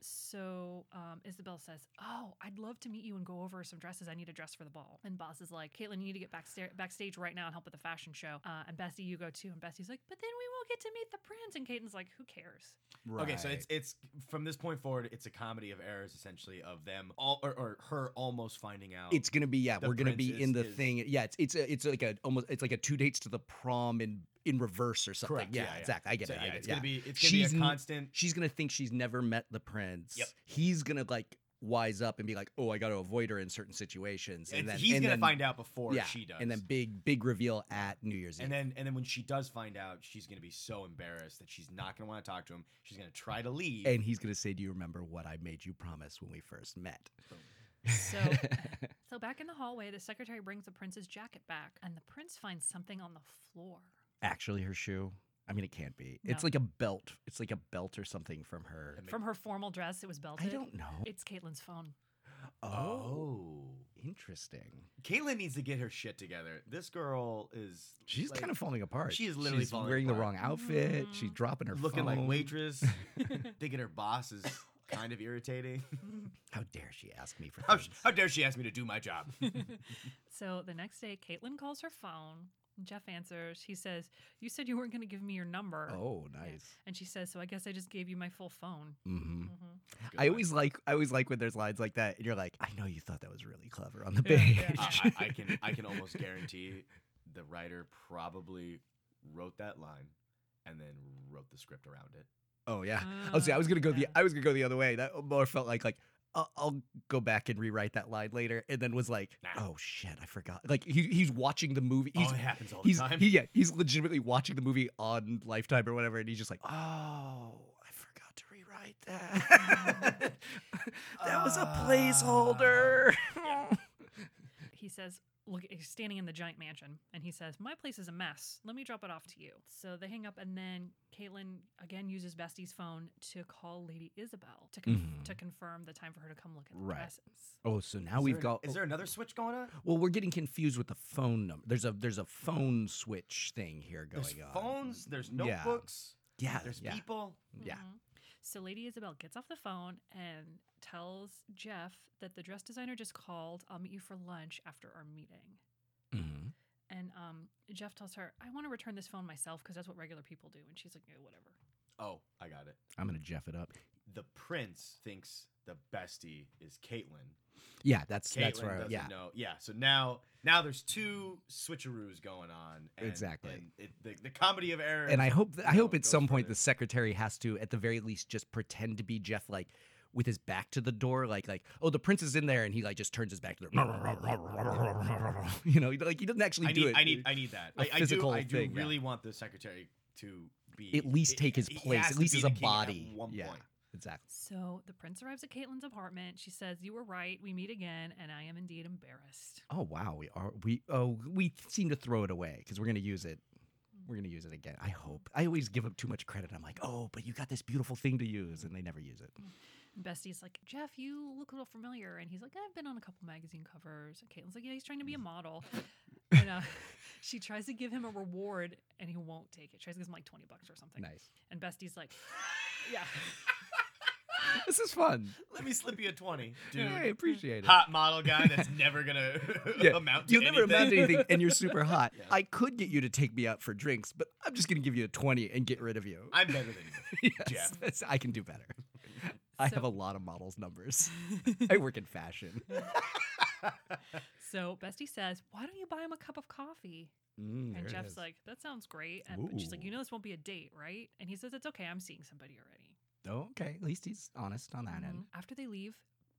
So um, Isabel says, "Oh, I'd love to meet you and go over some dresses. I need a dress for the ball." And Boss is like, "Caitlin, you need to get backsta- backstage right now and help with the fashion show." Uh, and Bessie, you go too. And Bessie's like, "But then we won't get to meet the prince." And Caitlin's like, "Who cares?" Okay, so it's it's from this point forward, it's a comedy of errors essentially of them all or, or her almost finding out. It's gonna be yeah. Oh. The We're gonna prince be in is- the is- thing. Yeah, it's it's a, it's like a almost it's like a two dates to the prom in in reverse or something. Correct, Yeah, yeah, yeah. exactly. I get So, it. I yeah, get it, it's gonna yeah. be- it's gonna be a n- constant- She's gonna think she's never met the prince. Yep. He's gonna like wise up and be like, oh, I got to avoid her in certain situations. And It's- then he's and gonna then- find out before yeah, she does. And then big big reveal at New Year's and Eve. then and then when she does find out, she's gonna be so embarrassed that she's not gonna want to talk to him. She's gonna try to leave. and he's gonna say, "Do you remember what I made you promise when we first met?" So, so back in the hallway, the secretary brings the prince's jacket back, and the prince finds something on the floor. Actually, her shoe. I mean, it can't be. It's No. like a belt. It's like a belt or something from her. From her formal dress, it was belted. I don't know. It's Caitlin's phone. oh. Interesting. Caitlyn needs to get her shit together. This girl is She's like, kind of falling apart. She is literally She's falling wearing the wrong apart. outfit. She's Mm. dropping her looking phone. like waitress, thinking her boss is kind of irritating. How dare she ask me for how, things? how dare she ask me to do my job? So the next day, Caitlin calls her phone. Jeff answers. He says, "You said you weren't going to give me your number." Oh, Yeah. nice. And she says, "So I guess I just gave you my full phone." hmm hmm I always like I always like when there's lines like that, and you're like, I know you thought that was really clever on the Yeah, page. yeah, Uh, I, I can I can almost guarantee the writer probably wrote that line and then wrote the script around it. oh yeah. Mm-hmm. oh, see, I was gonna go Uh-huh. the I was gonna go the other way. That more felt like like I'll, I'll go back and rewrite that line later, and then was like, Nah. oh shit, I forgot. Like he, he's watching the movie. He's, oh, it happens all the he's time. he, yeah, he's legitimately watching the movie on Lifetime or whatever, and he's just like, oh, I forgot to rewrite that. that was a placeholder. Ah. He says, "Look, he's standing in the giant mansion," and he says, "My place is a mess. Let me drop it off to you." So they hang up, and then Caitlin again uses Bestie's phone to call Lady Isabel to conf- Mhm. to confirm the time for her to come look at the Right. dresses. oh, so now Is we've there- got. Is there another switch going on? well, we're getting confused with the phone number. There's a there's a phone switch thing here going There's on. phones. There's Yeah. notebooks. Yeah, There's yeah. people. Yeah. Mhm. So Lady Isabel gets off the phone and tells Jeff that the dress designer just called. I'll meet you for lunch after our meeting. Mm. Mhm. And um, Jeff tells her, I want to return this phone myself because that's what regular people do. And she's like, yeah, whatever. Oh, I got it. I'm gonna jeff it up. The prince thinks the bestie is Caitlyn. Yeah, that's Caitlyn that's where. I- doesn't Yeah, know. Yeah. So now, now there's two switcheroos going on. and- Exactly. and it, the, the comedy of errors. and I hope that, I you hope know, at goes some point further. the secretary has to, at the very least, just pretend to be Jeff, like with his back to the door, like like oh the prince is in there, and he like just turns his back to the, you know, like he doesn't actually I do need, it. I need, I need that. a I, I do, physical I do thing, yeah. really want the secretary to be At least it- take his he place, has at to least be as a the king at body. one yeah, point. exactly. So the prince arrives at Caitlin's apartment. She says, You were right. We meet again. And I am indeed embarrassed. Oh wow, we are we oh we seem to throw it away because we're gonna use it. We're gonna use it again. I hope. I always give up too much credit. I'm like, oh, but you got this beautiful thing to use, and they never use it. And Bestie's like, Jeff, you look a little familiar. And he's like, I've been on a couple magazine covers. And Caitlin's like, Yeah, he's trying to be a model. and uh, she tries to give him a reward and he won't take it. She tries to give him like 20 bucks or something. Nice. And Bestie's like, Yeah. This is fun. Let me slip you a twenty, dude. I appreciate it. Hot model guy that's never gonna amount to you'll never amount to anything. anything, and you're super hot. I could get you to take me out for drinks, but I'm just gonna give you a twenty and get rid of you. I'm better than you. Yes, Jeff. that's- I can do better. I have So- a lot of models' numbers. I work in fashion. So Bestie says, Why don't you buy him a cup of coffee? Mm, there And it Jeff's is. like, that sounds great. And but she's like, Ooh. you know, this won't be a date, right? And he says, it's okay. I'm seeing somebody already. oh, okay. At least he's honest on that end. Mhm. After they leave,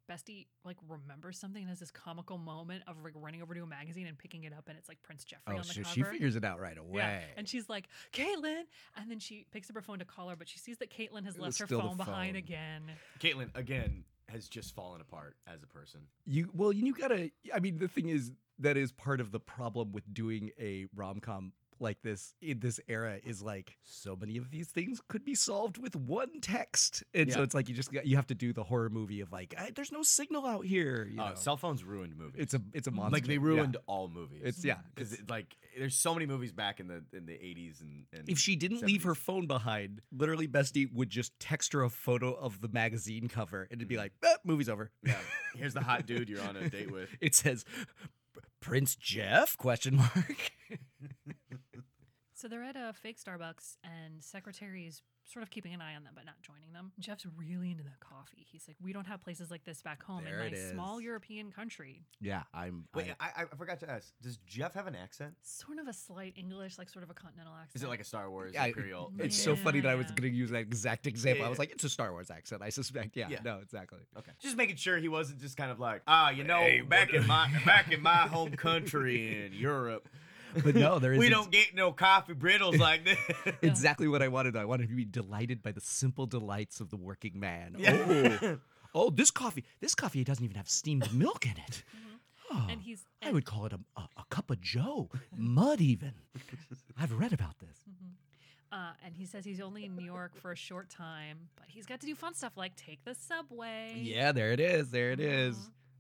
Bestie like remembers something and has this comical moment of like running over to a magazine and picking it up, and it's like Prince Jeffrey on Oh, the so cover. she figures it out right away. Yeah, and she's like, Caitlin, and then she picks up her phone to call her, but she sees that Caitlin has It left was her still the phone behind phone. again. Caitlyn again has just fallen apart as a person. You well, you gotta. I mean, the thing is that is part of the problem with doing a rom com like this in this era is like so many of these things could be solved with one text, and so Yeah. it's like you just got, you have to do the horror movie of like "I- there's no signal out here. You Uh, know? cell phones ruined movies. it's a it's a monster. like they Yeah. ruined all movies. Mm, It's- yeah, because like there's so many movies back in the in the 80s and, and If she didn't leave her 70s. phone behind, literally Bestie would just text her a photo of the magazine cover and it'd be like, ah, movie's over. yeah, here's the hot dude you're on a date with. It says Prince Jeff question mark. So they're at a fake Starbucks, and Secretary is sort of keeping an eye on them, but not joining them. Jeff's really into the coffee. He's like, "We don't have places like this back home There in it my small is. European country." yeah, I'm Wait, I- I, I forgot to ask. Does Jeff have an accent? Sort of a slight English, like sort of a continental accent. Is it like a Star Wars I- Imperial? it's so funny that I was Yeah. going to use that exact example. I was Yeah. like, it's a Star Wars accent, I suspect. Yeah, Yeah. no, exactly. Okay. Just making sure he wasn't just kind of like, ah, you know, back in my back in my home country in Europe, But no, there is we don't get no coffee brittles like this. exactly what I wanted. I wanted to be delighted by the simple delights of the working man. Oh, oh, this coffee, this coffee doesn't even have steamed milk in it. Mm-hmm. Oh, and he's I would call it a, a, a cup of joe, mud even. I've read about this. Uh, and he says he's only in New York for a short time, but he's got to do fun stuff like take the subway. Yeah, there it is. There it is.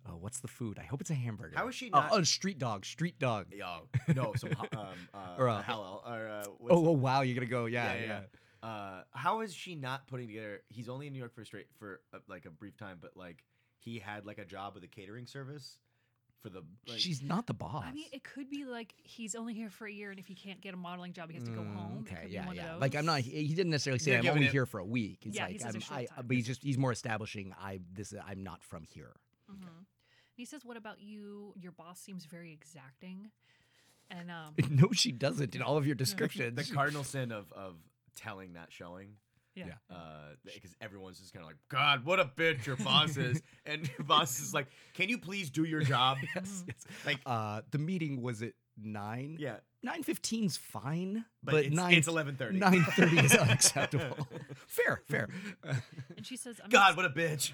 Oh, what's the food? I hope it's a hamburger. Mm-hmm. How is she Oh, not- oh, street dog, street dog. Yo, no, some ho- um, uh, Or, uh, halal or uh, what's Oh, oh, wow, you're gonna go. Yeah, yeah, yeah. yeah. Uh, how is she not putting together? He's only in New York for a straight for uh, like a brief time, but like he had like a job with a catering service for the. Like, She's not the boss. I mean, it could be like he's only here for a year, and if he can't get a modeling job, he has to go Mm, home. It Okay, could be yeah, one of yeah. Like I'm those. not. He he didn't necessarily say They're I'm giving only it- here for a week. It's Yeah, he like says I'm, a short I, time. but he's just he's more establishing. I this I'm not from here. Mhm. And he says, "What about you? Your boss seems very exacting." And um, no, she doesn't. In all of your descriptions, the cardinal sin of of telling not showing. yeah. Yeah. because everyone's just kind of like, God, what a bitch your boss is, and your boss is like, Can you please do your job? yes, Mm. yes. Like, Uh, the meeting was at nine. yeah, nine fifteen's fine, but, but, it's, nine it's eleven thirty. Nine thirty is unacceptable. fair, fair. And she says, I'm God, just- what a bitch.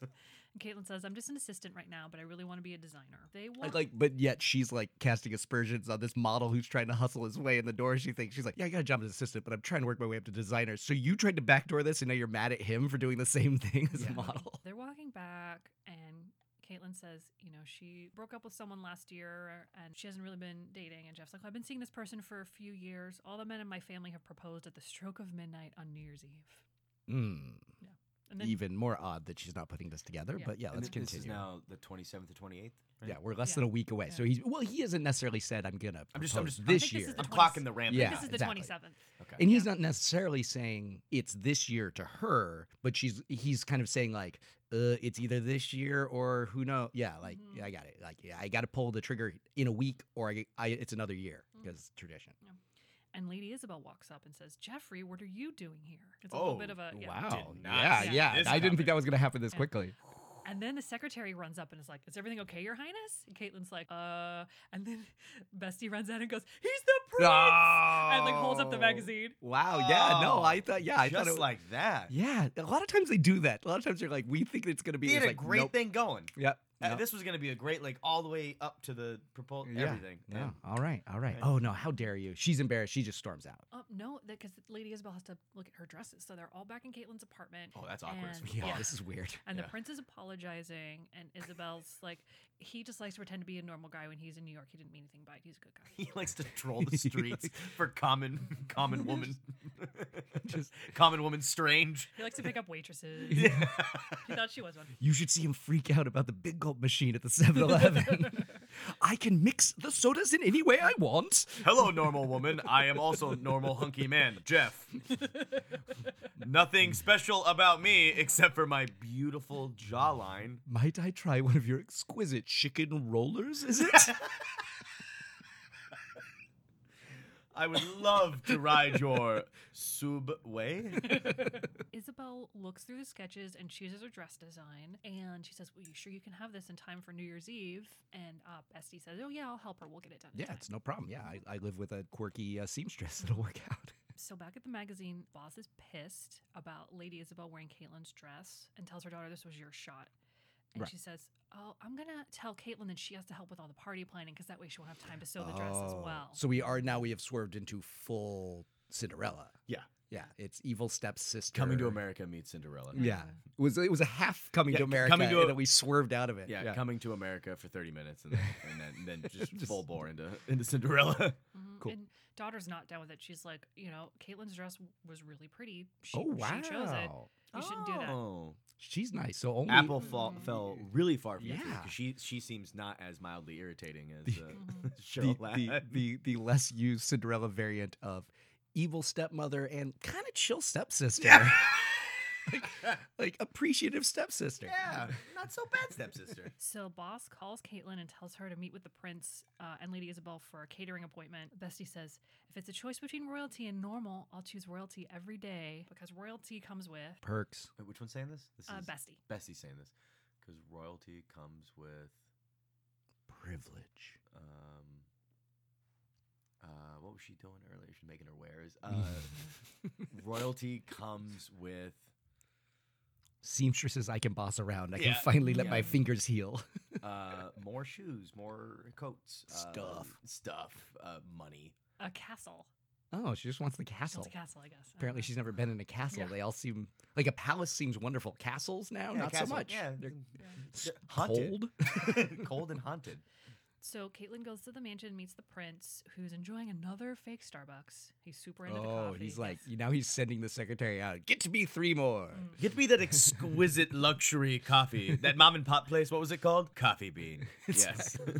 and Caitlin says, "I'm just an assistant right now, but I really want to be a designer." They I want Like, but yet she's like casting aspersions on this model who's trying to hustle his way in the door. She thinks she's like, "Yeah, I got a job as assistant, but I'm trying to work my way up to designer." So you tried to backdoor this, and now you're mad at him for doing the same thing as a model. They're walking back, and Caitlin says, you know, she broke up with someone last year and she hasn't really been dating. And Jeff's like, I've been seeing this person for a few years. All the men in my family have proposed at the stroke of midnight on New Year's Eve. Mm, And then even more odd that she's not putting this together. Yeah. But yeah, let's this is continue. now the twenty seventh or twenty eighth. yeah, we're less Yeah. than a week away. Yeah. So he's well, he hasn't necessarily said I'm gonna. I'm just- I'm propose just- I I this think year. This is the I'm 20 clocking the ramp. I think Yeah, this is the exactly. 27th. Okay. And he's Yeah. not necessarily saying it's this year to her, but she's he's kind of saying like, uh, it's either this year or who knows. Yeah, like Mhm. yeah, I got it. Like yeah, I got to pull the trigger in a week or I, I it's another year Mhm. because tradition. And Lady Isabel walks up and says, Jeffrey, what are you doing here? It's a little Oh, bit of a. Yeah. not Yeah, see yeah. this I didn't coming. think that was gonna happen this Yeah. quickly. And then the secretary runs up and is like, Is everything okay, Your Highness? And Caitlin's like, Uh. And then Bestie runs out and goes, He's the prince! And like holds up the Oh. magazine. Wow. Yeah. No. Oh, I thought. Yeah. I just thought it was like that. Yeah. A lot of times they do that. A lot of times they're like, we think it's gonna be. he had it's a like, great nope. thing going. Yep. Uh, nope. this was going to be a great, like, all the way up to the proposal, Yeah, everything. No. And all right. All right. Okay. Oh no. How dare you? She's embarrassed. She just storms out. Um, no, because Lady Isabel has to look at her dresses. So they're all back in Caitlin's apartment. Oh, that's awkward as And, Yeah. yeah. This is weird. and yeah. the prince is apologizing, and Isabel's like, he just likes to pretend to be a normal guy when he's in New York. He didn't mean anything by it. He's a good guy. He likes to troll the streets for common, common woman, Just- common woman strange. He likes to pick up waitresses. Yeah. He thought she was one. You should see him freak out about the big gulp machine at the 7 Eleven. I can mix the sodas in any way I want. Hello, normal woman. I am also normal hunky man, Jeff. Nothing special about me except for my beautiful jawline. Might I try one of your exquisite chicken rollers? Is it? I would love to ride your subway. Isabel looks through the sketches and chooses her dress design, and she says, "Well, you sure you can have this in time for New Year's Eve?" And uh, Bestie says, "Oh yeah, I'll help her. We'll get it done." in yeah, time." it's no problem. Yeah, I, I live with a quirky uh, seamstress. It'll work out. So back at the magazine, Boss is pissed about Lady Isabel wearing Caitlin's dress and tells her daughter this was your shot. And Right. she says, Oh, I'm going to tell Caitlin that she has to help with all the party planning because that way she won't have time to sew the dress as Oh. well. So we are now we have swerved into full Cinderella. Yeah. Yeah, it's evil stepsister Coming to America meets Cinderella. Yeah, it was it was a half coming Yeah, to c- America, coming to and a- then we swerved out of it. Yeah, coming to America for 30 minutes and then, and then, then just, full bore into into Cinderella. Mhm. Cool. And daughter's not down with it. She's like, you know, Caitlin's dress w- was really pretty. She, oh wow, she chose it. You shouldn't do that. Mm. Oh. she's nice. So only Apple fall, fell really far from that. Yeah. because she she seems not as mildly irritating as uh, Mhm. the, Cheryl the, Ladd. the the less used Cinderella variant of evil stepmother and kind of chill stepsister, like, like appreciative stepsister. yeah, not so bad stepsister. So boss calls Caitlin and tells her to meet with the prince uh, and Lady Isabel for a catering appointment. Bestie says, if it's a choice between royalty and normal, I'll choose royalty every day because royalty comes with perks. Wait, which one's saying this? This uh, is Bestie. Bestie's saying this because royalty comes with Privilege. um, uh, what was she doing earlier? She's making her wares. Uh, royalty comes with Seamstresses I can boss around. I can Yeah, finally let yeah. my fingers heal. uh, more shoes, more coats, uh, Stuff. stuff, uh, money. A castle. Oh, she just wants the She castle. wants a castle, I guess. Um, I don't Apparently, know. she's never been in a castle. Yeah. They all seem like a palace seems wonderful. Castles now, Yeah, not so castle. much. Yeah, They're they're haunted. cold. cold and haunted. So Caitlin goes to the mansion and meets the prince, who's enjoying another fake Starbucks. He's super into the Oh, coffee. he's like now he's sending the secretary out. Get to me three more. Get me that exquisite luxury coffee. That mom and pop place, what was it called? Coffee Bean. Yes. Uh,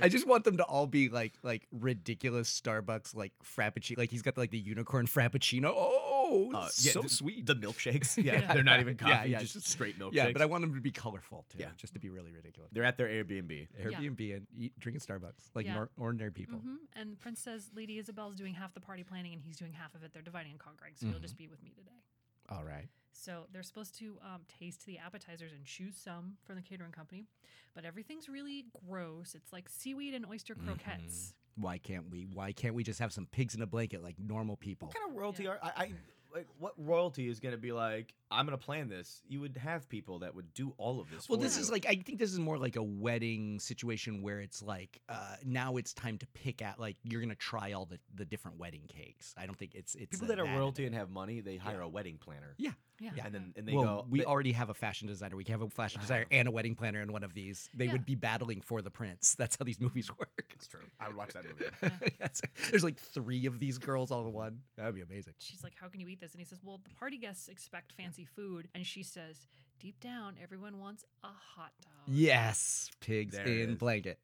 I just want them to all be like like ridiculous Starbucks like frappuccino. Like he's got like the unicorn frappuccino. Oh, Uh, yeah, so th- sweet. The milkshakes. Yeah, they're not even coffee, Yeah, yeah, just, just- straight milkshakes. yeah, but I want them to be colorful too. Yeah. just to be really ridiculous. they're at their Airbnb. Airbnb and eat, drinking Starbucks like Yeah. nor- ordinary people. hmm And the prince says Lady Isabel's doing half the party planning and he's doing half of it. They're dividing and conquering, Mm-hmm. so you'll just be with me today. All right. So they're supposed to um, taste the appetizers and choose some from the catering company, but everything's really gross. It's like seaweed and oyster Mm-hmm. croquettes. Why can't we? Why can't we just have some pigs in a blanket like normal people? What kind of royalty are I, I like? What royalty is going to be like? I'm going to plan this. You would have people that would do all of this. Well, for this you. is like I think this is more like a wedding situation where it's like uh, now it's time to pick out like you're gonna try all the, the different wedding cakes. I don't think it's it's people a that are in royalty it. and have money. They hire a wedding planner. yeah. Yeah. Yeah. and then and they Well, go. Ah. we they- already have a fashion designer. We have a fashion designer and a wedding planner in one of these. They would be battling for the prince. That's how these movies work. It's true. I would watch that movie. Yes. There's like three of these girls all in one. That'd be amazing. She's like, How can you eat this? And he says, Well, the party guests expect fancy food. And she says, Deep down, everyone wants a hot dog. Yes, pigs There it in is. blanket.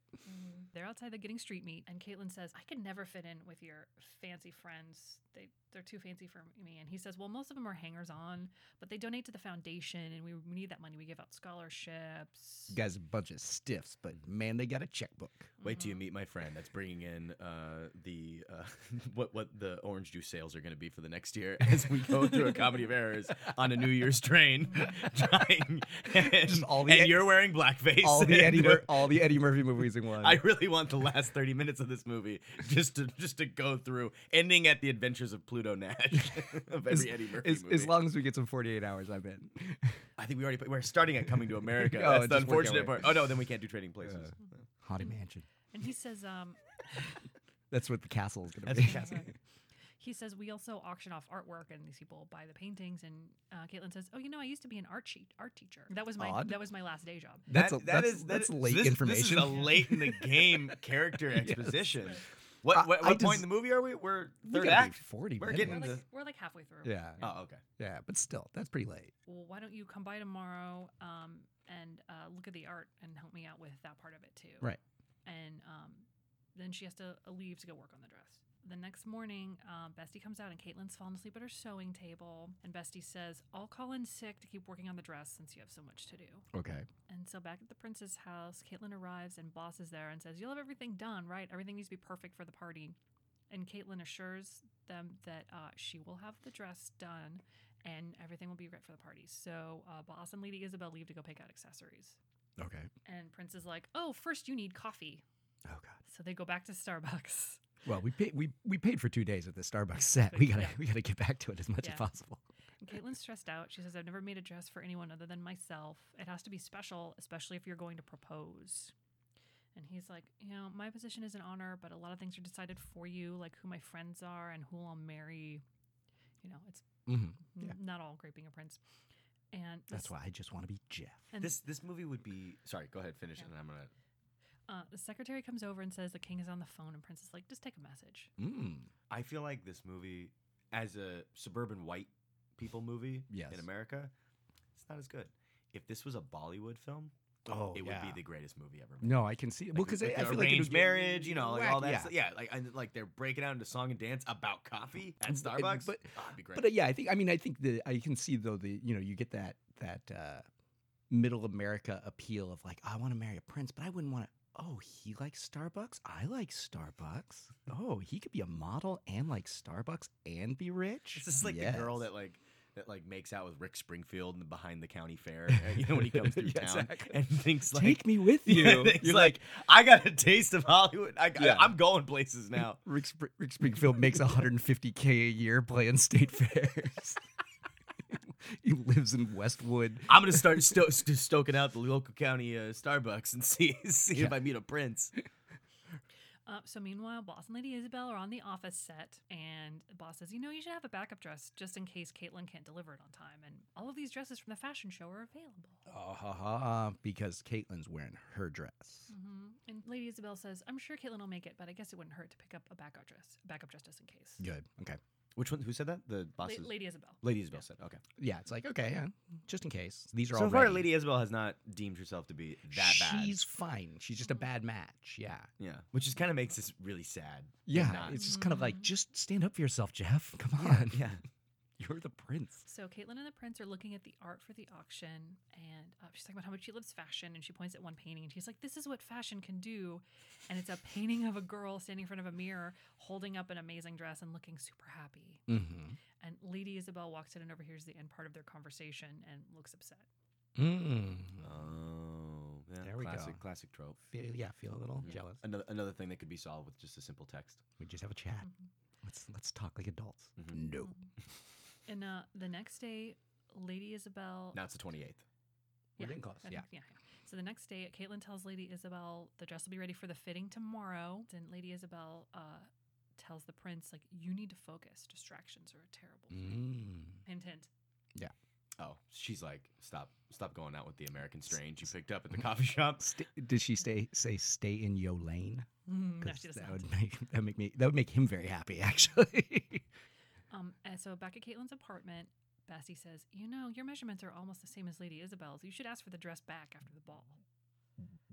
They're outside. They're getting street meat, and Caitlin says, "I can never fit in with your fancy friends. They they're too fancy for me." And he says, "Well, most of them are hangers on, but they donate to the foundation, and we, we need that money. We give out scholarships." You guys, are a bunch of stiffs, but man, they got a checkbook. Wait till you meet my friend. That's bringing in uh, the uh, what what the orange juice sales are going to be for the next year as we go through a comedy of errors on a New Year's train, trying and, Just all the- and you're wearing blackface. all the Eddie and, uh, Mur- all the Eddie Murphy movies in one. I really want the last thirty minutes of this movie just to just to go through, ending at the adventures of Pluto Nash of every as, Eddie Murphy as, movie. as long as we get some 48 hours, I'm in. I think we already put- we're starting at Coming to America. Oh, That's it the just worked unfortunate out right. part. Oh no, then we can't do Trading Places. Haunted Mansion. And he says, "Um, That's what the castle is gonna That's a be. chasm. he says we also auction off artwork, and these people buy the paintings." And uh, Caitlin says, "Oh, you know, I used to be an art sheet art teacher. That was my Odd. that was my last day job." That's That- a, that that's, is- that that's is- late this- information. This is a late in the game character exposition. What, I- what, I what point just- in the movie are we? We're We third gotta be act. 40 We're We're getting like, the. we're like halfway through. yeah, Oh, okay. yeah, but still, that's pretty late. Well, why don't you come by tomorrow um, and uh, look at the art and help me out with that part of it too? Right. and um, then she has to uh, leave to go work on the dress. The next morning, um, Bestie comes out and Caitlin's fallen asleep at her sewing table. And Bestie says, I'll call in sick to keep working on the dress since you have so much to do. Okay. And so back at the prince's house, Caitlin arrives and Boss is there and says, You'll have everything done, right? Everything needs to be perfect for the party. And Caitlin assures them that uh, she will have the dress done and everything will be right for the party. So uh, Boss and Lady Isabel leave to go pick out accessories. Okay. And Prince is like, Oh, first you need coffee. Oh god. So they go back to Starbucks. Well, we paid we we paid for two days at the Starbucks set. We gotta Yeah. we gotta get back to it as much Yeah. as possible. And Caitlin's stressed out. She says, I've never made a dress for anyone other than myself. It has to be special, especially if you're going to propose. And he's like, You know, my position is an honor, but a lot of things are decided for you, like who my friends are and who I'll marry. You know, it's Mhm. n- not all graping a prince. And That's this- why I just want to be Jeff. And This this movie would be sorry. Go ahead, finish it, and I'm gonna. Uh, the secretary comes over and says the king is on the phone, and Prince is like, just take a message. Mm. I feel like this movie, as a suburban white people movie Yes. in America, it's not as good. If this was a Bollywood film, Oh, it would yeah. be the greatest movie ever. made. No, I can see. Well, because like I, the feel like it would arranged get marriage, you know, like all whack, that. yeah. stuff. Yeah, like and, like they're breaking out into song and dance about coffee at But- Starbucks. but- Ah, it'd be great. But uh, yeah, I think I mean I think the I can see though the you know you get that that uh, middle America appeal of like I want to marry a prince, but I wouldn't want to. Oh, he likes Starbucks. I like Starbucks. Oh, he could be a model and like Starbucks and be rich. It's just like the girl Yes. that like that like makes out with Rick Springfield and behind the county fair, uh, you know, when he comes through Yeah, town exactly. and thinks like, take me with Yeah, you. thinks You're like, I got a taste of Hollywood. I, Yeah. I, am going places now. Rick, Spr- Rick Springfield makes 150k a year playing state fairs. he lives in Westwood. I'm gonna start sto- st- stoking out the local county uh, Starbucks and see see if I meet a prince. Uh, so meanwhile, Boss and Lady Isabel are on the office set, and the boss says, you know, you should have a backup dress just in case Caitlin can't deliver it on time. And all of these dresses from the fashion show are available. Ah, ha, ha, ha, because Caitlin's wearing her dress. hmm And Lady Isabel says, I'm sure Caitlin will make it, but I guess it wouldn't hurt to pick up a backup dress, backup dress just in case. Good. Okay. Which one? Who said that? The La- bosses. Lady Isabel. Lady Isabel said, "Okay." Yeah, it's like okay, yeah, just in case these are all So far, ready. Lady Isabel has not deemed herself to be that bad. She's fine. She's just a bad match. Yeah. yeah, which just kind of makes this really sad. but Yeah. not. It's just kind of like Mhm. just stand up for yourself, Jeff. Come on. yeah. You're the prince. So Caitlin and the Prince are looking at the art for the auction, and uh, she's talking about how much she loves fashion, and she points at one painting, and she's like, "This is what fashion can do," and it's a painting of a girl standing in front of a mirror, holding up an amazing dress and looking super happy. Mm-hmm. And Lady Isabel walks in and overhears the end part of their conversation and looks upset. Mm. Oh, yeah. There we classic, go. Classic trope. Feel, yeah, feel a little jealous. Another another thing that could be solved with just a simple text. We just have a chat. Let's let's talk like adults. Mm-hmm. No. And uh, the next day, Lady Isabel. Now it's the twenty eighth. We're getting close, I yeah. yeah. yeah. So the next day, Caitlin tells Lady Isabel the dress will be ready for the fitting tomorrow. Then Lady Isabel uh, tells the prince, like, you need to focus. Distractions are a terrible thing. Mm. Hint, hint. Oh, she's like, stop, stop going out with the American strange you picked up at the coffee shop. St- did she stay say stay in your lane? Mm, no, 'Cause she does Mm-hmm. that not. would make that would make me that would make him very happy actually. Um, and so back at Caitlin's apartment, Bessie says, you know, your measurements are almost the same as Lady Isabel's. You should ask for the dress back after the ball.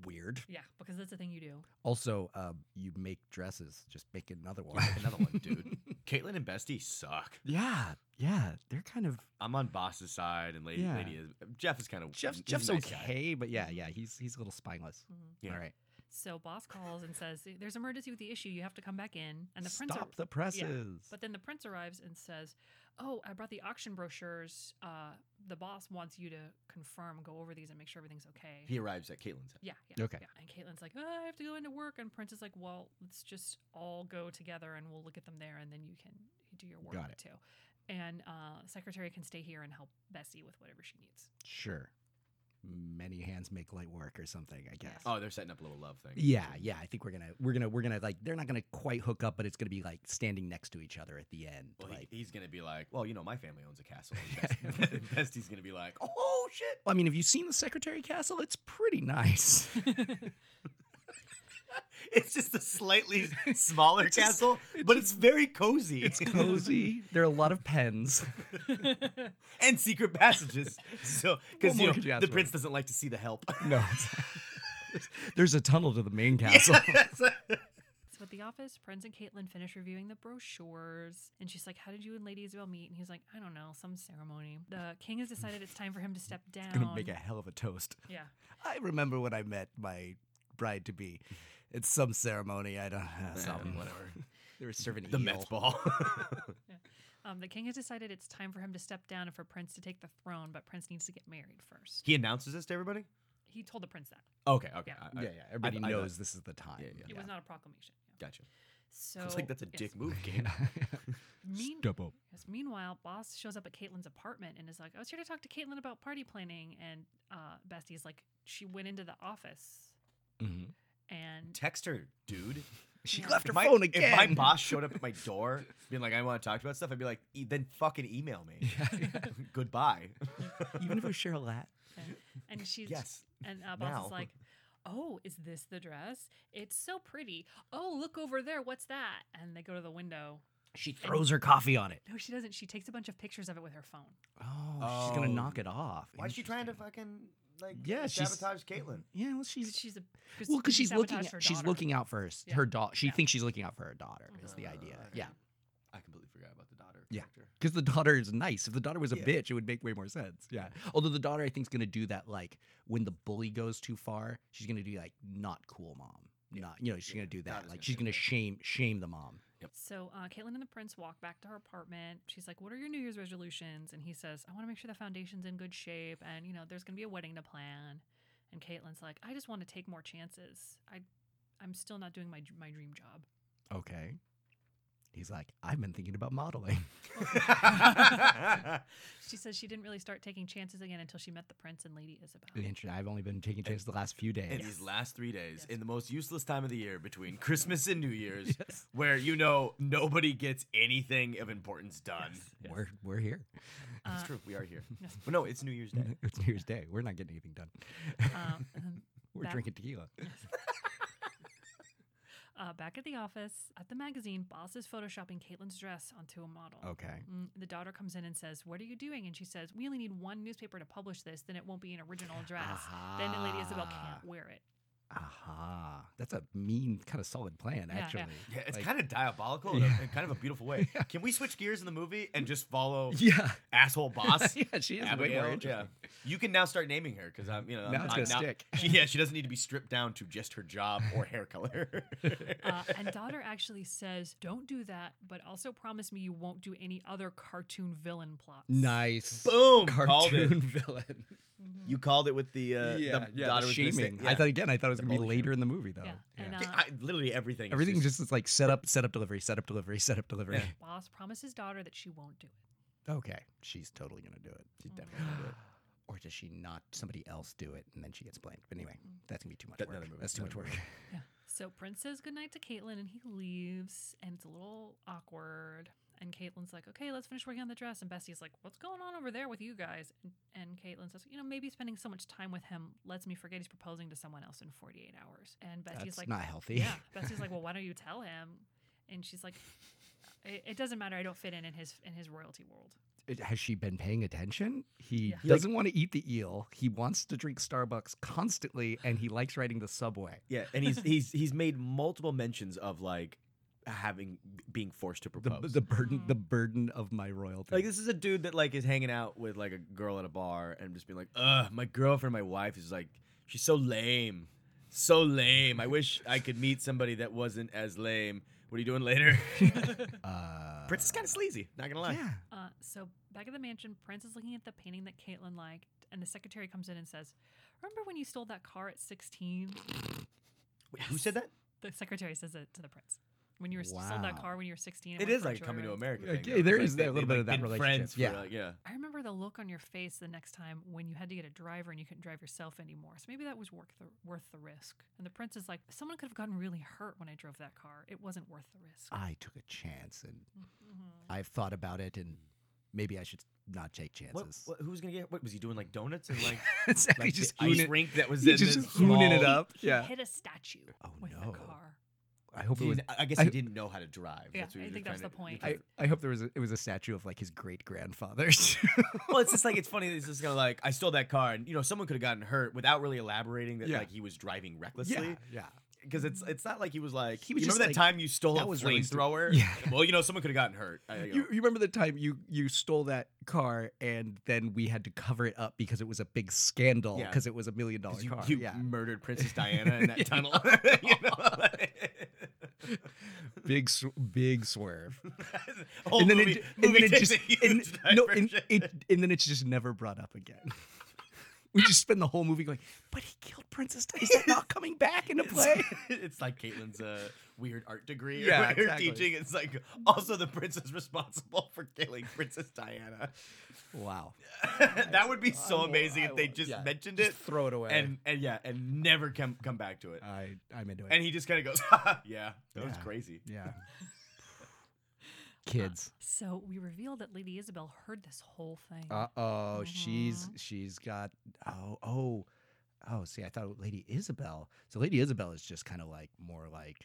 Weird. Yeah, because that's the thing you do. Also, uh, you make dresses. Just make another one. Like Another one, dude. Caitlin and Bestie suck. Yeah, yeah, they're kind of I'm on Boss's side, and Lady, Yeah. Lady is. Jeff is kind of. Jeff's, Jeff's okay, but yeah, yeah, he's he's a little spineless. Mm-hmm. Yeah. All right, So boss calls and says, there's emergency with the issue. You have to come back in. And the prince stop ar- the presses. But then the prince arrives and says, "Oh, I brought the auction brochures. Uh, the boss wants you to confirm, go over these, and make sure everything's okay." He arrives at Caitlin's house. yeah, yeah. Okay. yeah. And Caitlin's like, oh, "I have to go into work," and Prince is like, "Well, let's just all go together, and we'll look at them there, and then you can do your work Got it. too." And uh, secretary can stay here and help Bessie with whatever she needs. sure, many hands make light work or something. I guess. Oh, they're setting up a little love thing. Yeah, yeah. I think we're gonna we're gonna we're gonna like they're not gonna quite hook up, but it's gonna be like standing next to each other at the end. Well, like, he, he's gonna be like, well, you know, my family owns a castle. And Best- and Bestie's gonna be like, oh shit. Well, I mean, have you seen the Secretary Castle? It's pretty nice. It's just a slightly smaller It's just- castle, it but just- it's very cozy. It's cozy. there are a lot of pens. and secret passages. So, because more you could you know, ask the for? prince doesn't like to see the help. No, it's- there's a tunnel to the main castle. So at the office, Prince and Caitlin finish reviewing the brochures, and she's like, "How did you and Lady Isabel meet?" And he's like, "I don't know, some ceremony." The king has decided it's time for him to step down. Gonna make a hell of a toast. yeah. I remember when I met my bride to be. It's some ceremony. I don't know. something, Eh, whatever. They were serving the Mets ball. Um, the king has decided it's time for him to step down and for Prince to take the throne, but Prince needs to get married first. he announces this to everybody. He told the prince that Okay, okay. Yeah. I- I- Yeah, yeah. Everybody I- I- knows this is the time. Yeah, yeah. it was not a proclamation. Yeah. Gotcha. So it's like that's a Oh, yes. dick move, game. Mean- Step up. Yes. Meanwhile, Boss shows up at Caitlin's apartment and is like, I was here to talk to Caitlin about party planning. And uh, Bestie's like, she went into the office Mhm. and Text her, dude. She Yeah. left her If my, phone if again. my boss showed up at my door being like, I want to talk about stuff, I'd be like, "E- then fucking email me. Goodbye. Even if it was Cheryl Lat. and, and she's yes. and uh, Boss now. is like, Oh, is this the dress? It's so pretty. Oh, look over there. What's that? And they go to the window. She throws her coffee on it. No, she doesn't. She takes a bunch of pictures of it with her phone. Oh, she's gonna Oh. knock it off. Why is she trying to Interesting. fucking like Yeah, she's- sabotage Caitlyn? Yeah, well, 'Cause she's She's a well, because she she's looking. sabotaged At, her she's daughter. looking out for her, Yeah. her daughter. She Yeah. Mm-hmm. thinks she's looking out for her daughter. Is the Mhm. idea? Uh, Yeah, I completely forgot about the daughter. Yeah. character. because the daughter is nice. If the daughter was a Yeah. bitch, it would make way more sense. Yeah. Although the daughter, I think, is gonna do that. Like when the bully goes too far, she's gonna do like not cool mom. Not you know she's Yeah. gonna do that. Daughter's Like gonna she's do gonna that. shame shame the mom. So uh, Caitlin and the prince walk back to her apartment. She's like, "What are your New Year's resolutions?" And he says, "I want to make sure the foundation's in good shape, and you know, there's going to be a wedding to plan." And Caitlin's like, "I just want to take more chances. I, I'm still not doing my my dream job." Okay. He's like, I've been thinking about modeling. She says she didn't really start taking chances again until she met the prince and Lady Isabel. Interesting. I've only been taking chances the last few In days. these last three days, in the most useless time of the year between Christmas and New Year's, where you know nobody gets anything of importance done. We're we're here. That's true. We are here. But no, it's New Year's Day. It's New Year's Day. We're not getting anything done. Um, and We're that- drinking tequila. uh, back at the office at the magazine, Boss is photoshopping Caitlin's dress onto a model. Okay. Mm, The daughter comes in and says, What are you doing? And she says, We only need one newspaper to publish this, then it won't be an original dress. Then the Lady Isabel Ah. can't wear it. Aha. That's a mean, kind of solid plan, Yeah, yeah. actually. Yeah, it's Like- kind of diabolical in, a, in kind of a beautiful way. Can we switch gears in the movie and just follow Yeah. asshole boss? yeah, she is way Abigail? more interesting. Yeah. You can now start naming her because I'm, you know, Now I'm, it's I'm gonna now- stick. She, yeah, she doesn't need to be stripped down to just her job or hair color. Uh, and daughter actually says, Don't do that, but also promise me you won't do any other cartoon villain plots. Nice. Boom, called it. Cartoon villain. you called it with the uh, yeah, the yeah, daughter the was gonna say- shaming. yeah. I thought again. I thought it was gonna be Holy later in the movie though. Yeah. And uh, Yeah, I, literally everything. is Everything just is like set up, set up delivery, set up delivery, set up delivery. Boss promises daughter that she won't do it. Okay, she's totally gonna do it. She's definitely gonna do it. Or does she not? Somebody else do it, and then she gets blamed. But anyway, that's gonna be too much That- work. another movie, That's too much another work. movie. So Prince says goodnight to Caitlin and he leaves, and it's a little awkward. And Caitlin's like, okay, let's finish working on the dress. And Bestie's like, what's going on over there with you guys? And, and Caitlin says, you know, maybe spending so much time with him lets me forget he's proposing to someone else in 48 hours. And Bestie's That's like, not healthy. yeah. Bestie's like, well, why don't you tell him? And she's like, it, it doesn't matter. I don't fit in in his in his royalty world. It- Has she been paying attention? He Yeah. doesn't want to eat the eel. He wants to drink Starbucks constantly, and he likes riding the subway. Yeah, and he's he's he's made multiple mentions of like having being forced to The, propose. the burden, the burden of my royalty. Mm. like this is a dude that like is hanging out with like a girl at a bar and just being like, "Ugh, my girlfriend, my wife is like, she's so lame, so lame. I wish I could meet somebody that wasn't as lame." What are you doing later? uh, Prince is kind of sleazy. Not gonna lie. yeah. Uh, so back at the mansion, Prince is looking at the painting that Caitlin liked, and the secretary comes in and says, remember when you stole that car at 16? Wait, who said that? The secretary says it to the prince. When you were sold that Wow. car when you were 16. and It went is for a like coming to joyride. America. Yeah, thing, yeah, though. there is It's like that they've, little bit like, of that been relationship, Friends for, yeah. like, yeah. I remember the look on your face the next time when you had to get a driver and you couldn't drive yourself anymore. So maybe that was worth the, worth the risk. And the prince is like, someone could have gotten really hurt when I drove that car. It wasn't worth the risk. Mm-hmm. I took a chance, and I've thought about it, and maybe I should not take chances. What, what, who's gonna get? What was he doing? Like donuts and like Exactly, like just the ice hooning- rink that was he in just this hooning it small- up. He Yeah, hit a statue Oh, with no. the car. I hope it He was. didn't- I guess I- he didn't know how to drive. Yeah, what I you're think that's the trying to- you're point. trying I, to- I hope there was a, it was a statue of like his great grandfather's. well, it's just like it's funny. that It's just kind of like I stole that car, and you know someone could have gotten hurt without really elaborating that Yeah. like he was driving yeah, recklessly. yeah. Because it's it's not like he was like He was you just remember that like, time you stole that a was really stu- flamethrower. Yeah. Well, you know someone could have gotten hurt. I, You, you remember the time you you stole that car and then we had to cover it up because it was a big scandal Yeah. because it was a million dollar 'Cause you, car. you yeah, murdered Princess Diana in that tunnel. you know? big sw- big swerve. Whole and then movie, it, movie and then it takes just a huge and, no, and diversion. it and then it's just never brought up again. we just spend the whole movie going, but he killed Princess Di. Is that not coming back into play? it's like Caitlin's uh, weird art degree. Yeah, Yeah, or whatever exactly. teaching. It's like also the prince is responsible for killing Princess Diana. wow. that would be so I will- amazing I if they will- just yeah, mentioned just it, throw it away. and and yeah, and never come come back to it. I, I'm into it. and he just kind of goes, "Ha, "Yeah, that was Yeah. crazy." yeah. Kids. So we reveal that Lady Isabel heard this whole thing. Uh oh, Mm-hmm. she's she's got oh oh oh. See, I thought Lady Isabel. So Lady Isabel is just kind of like more like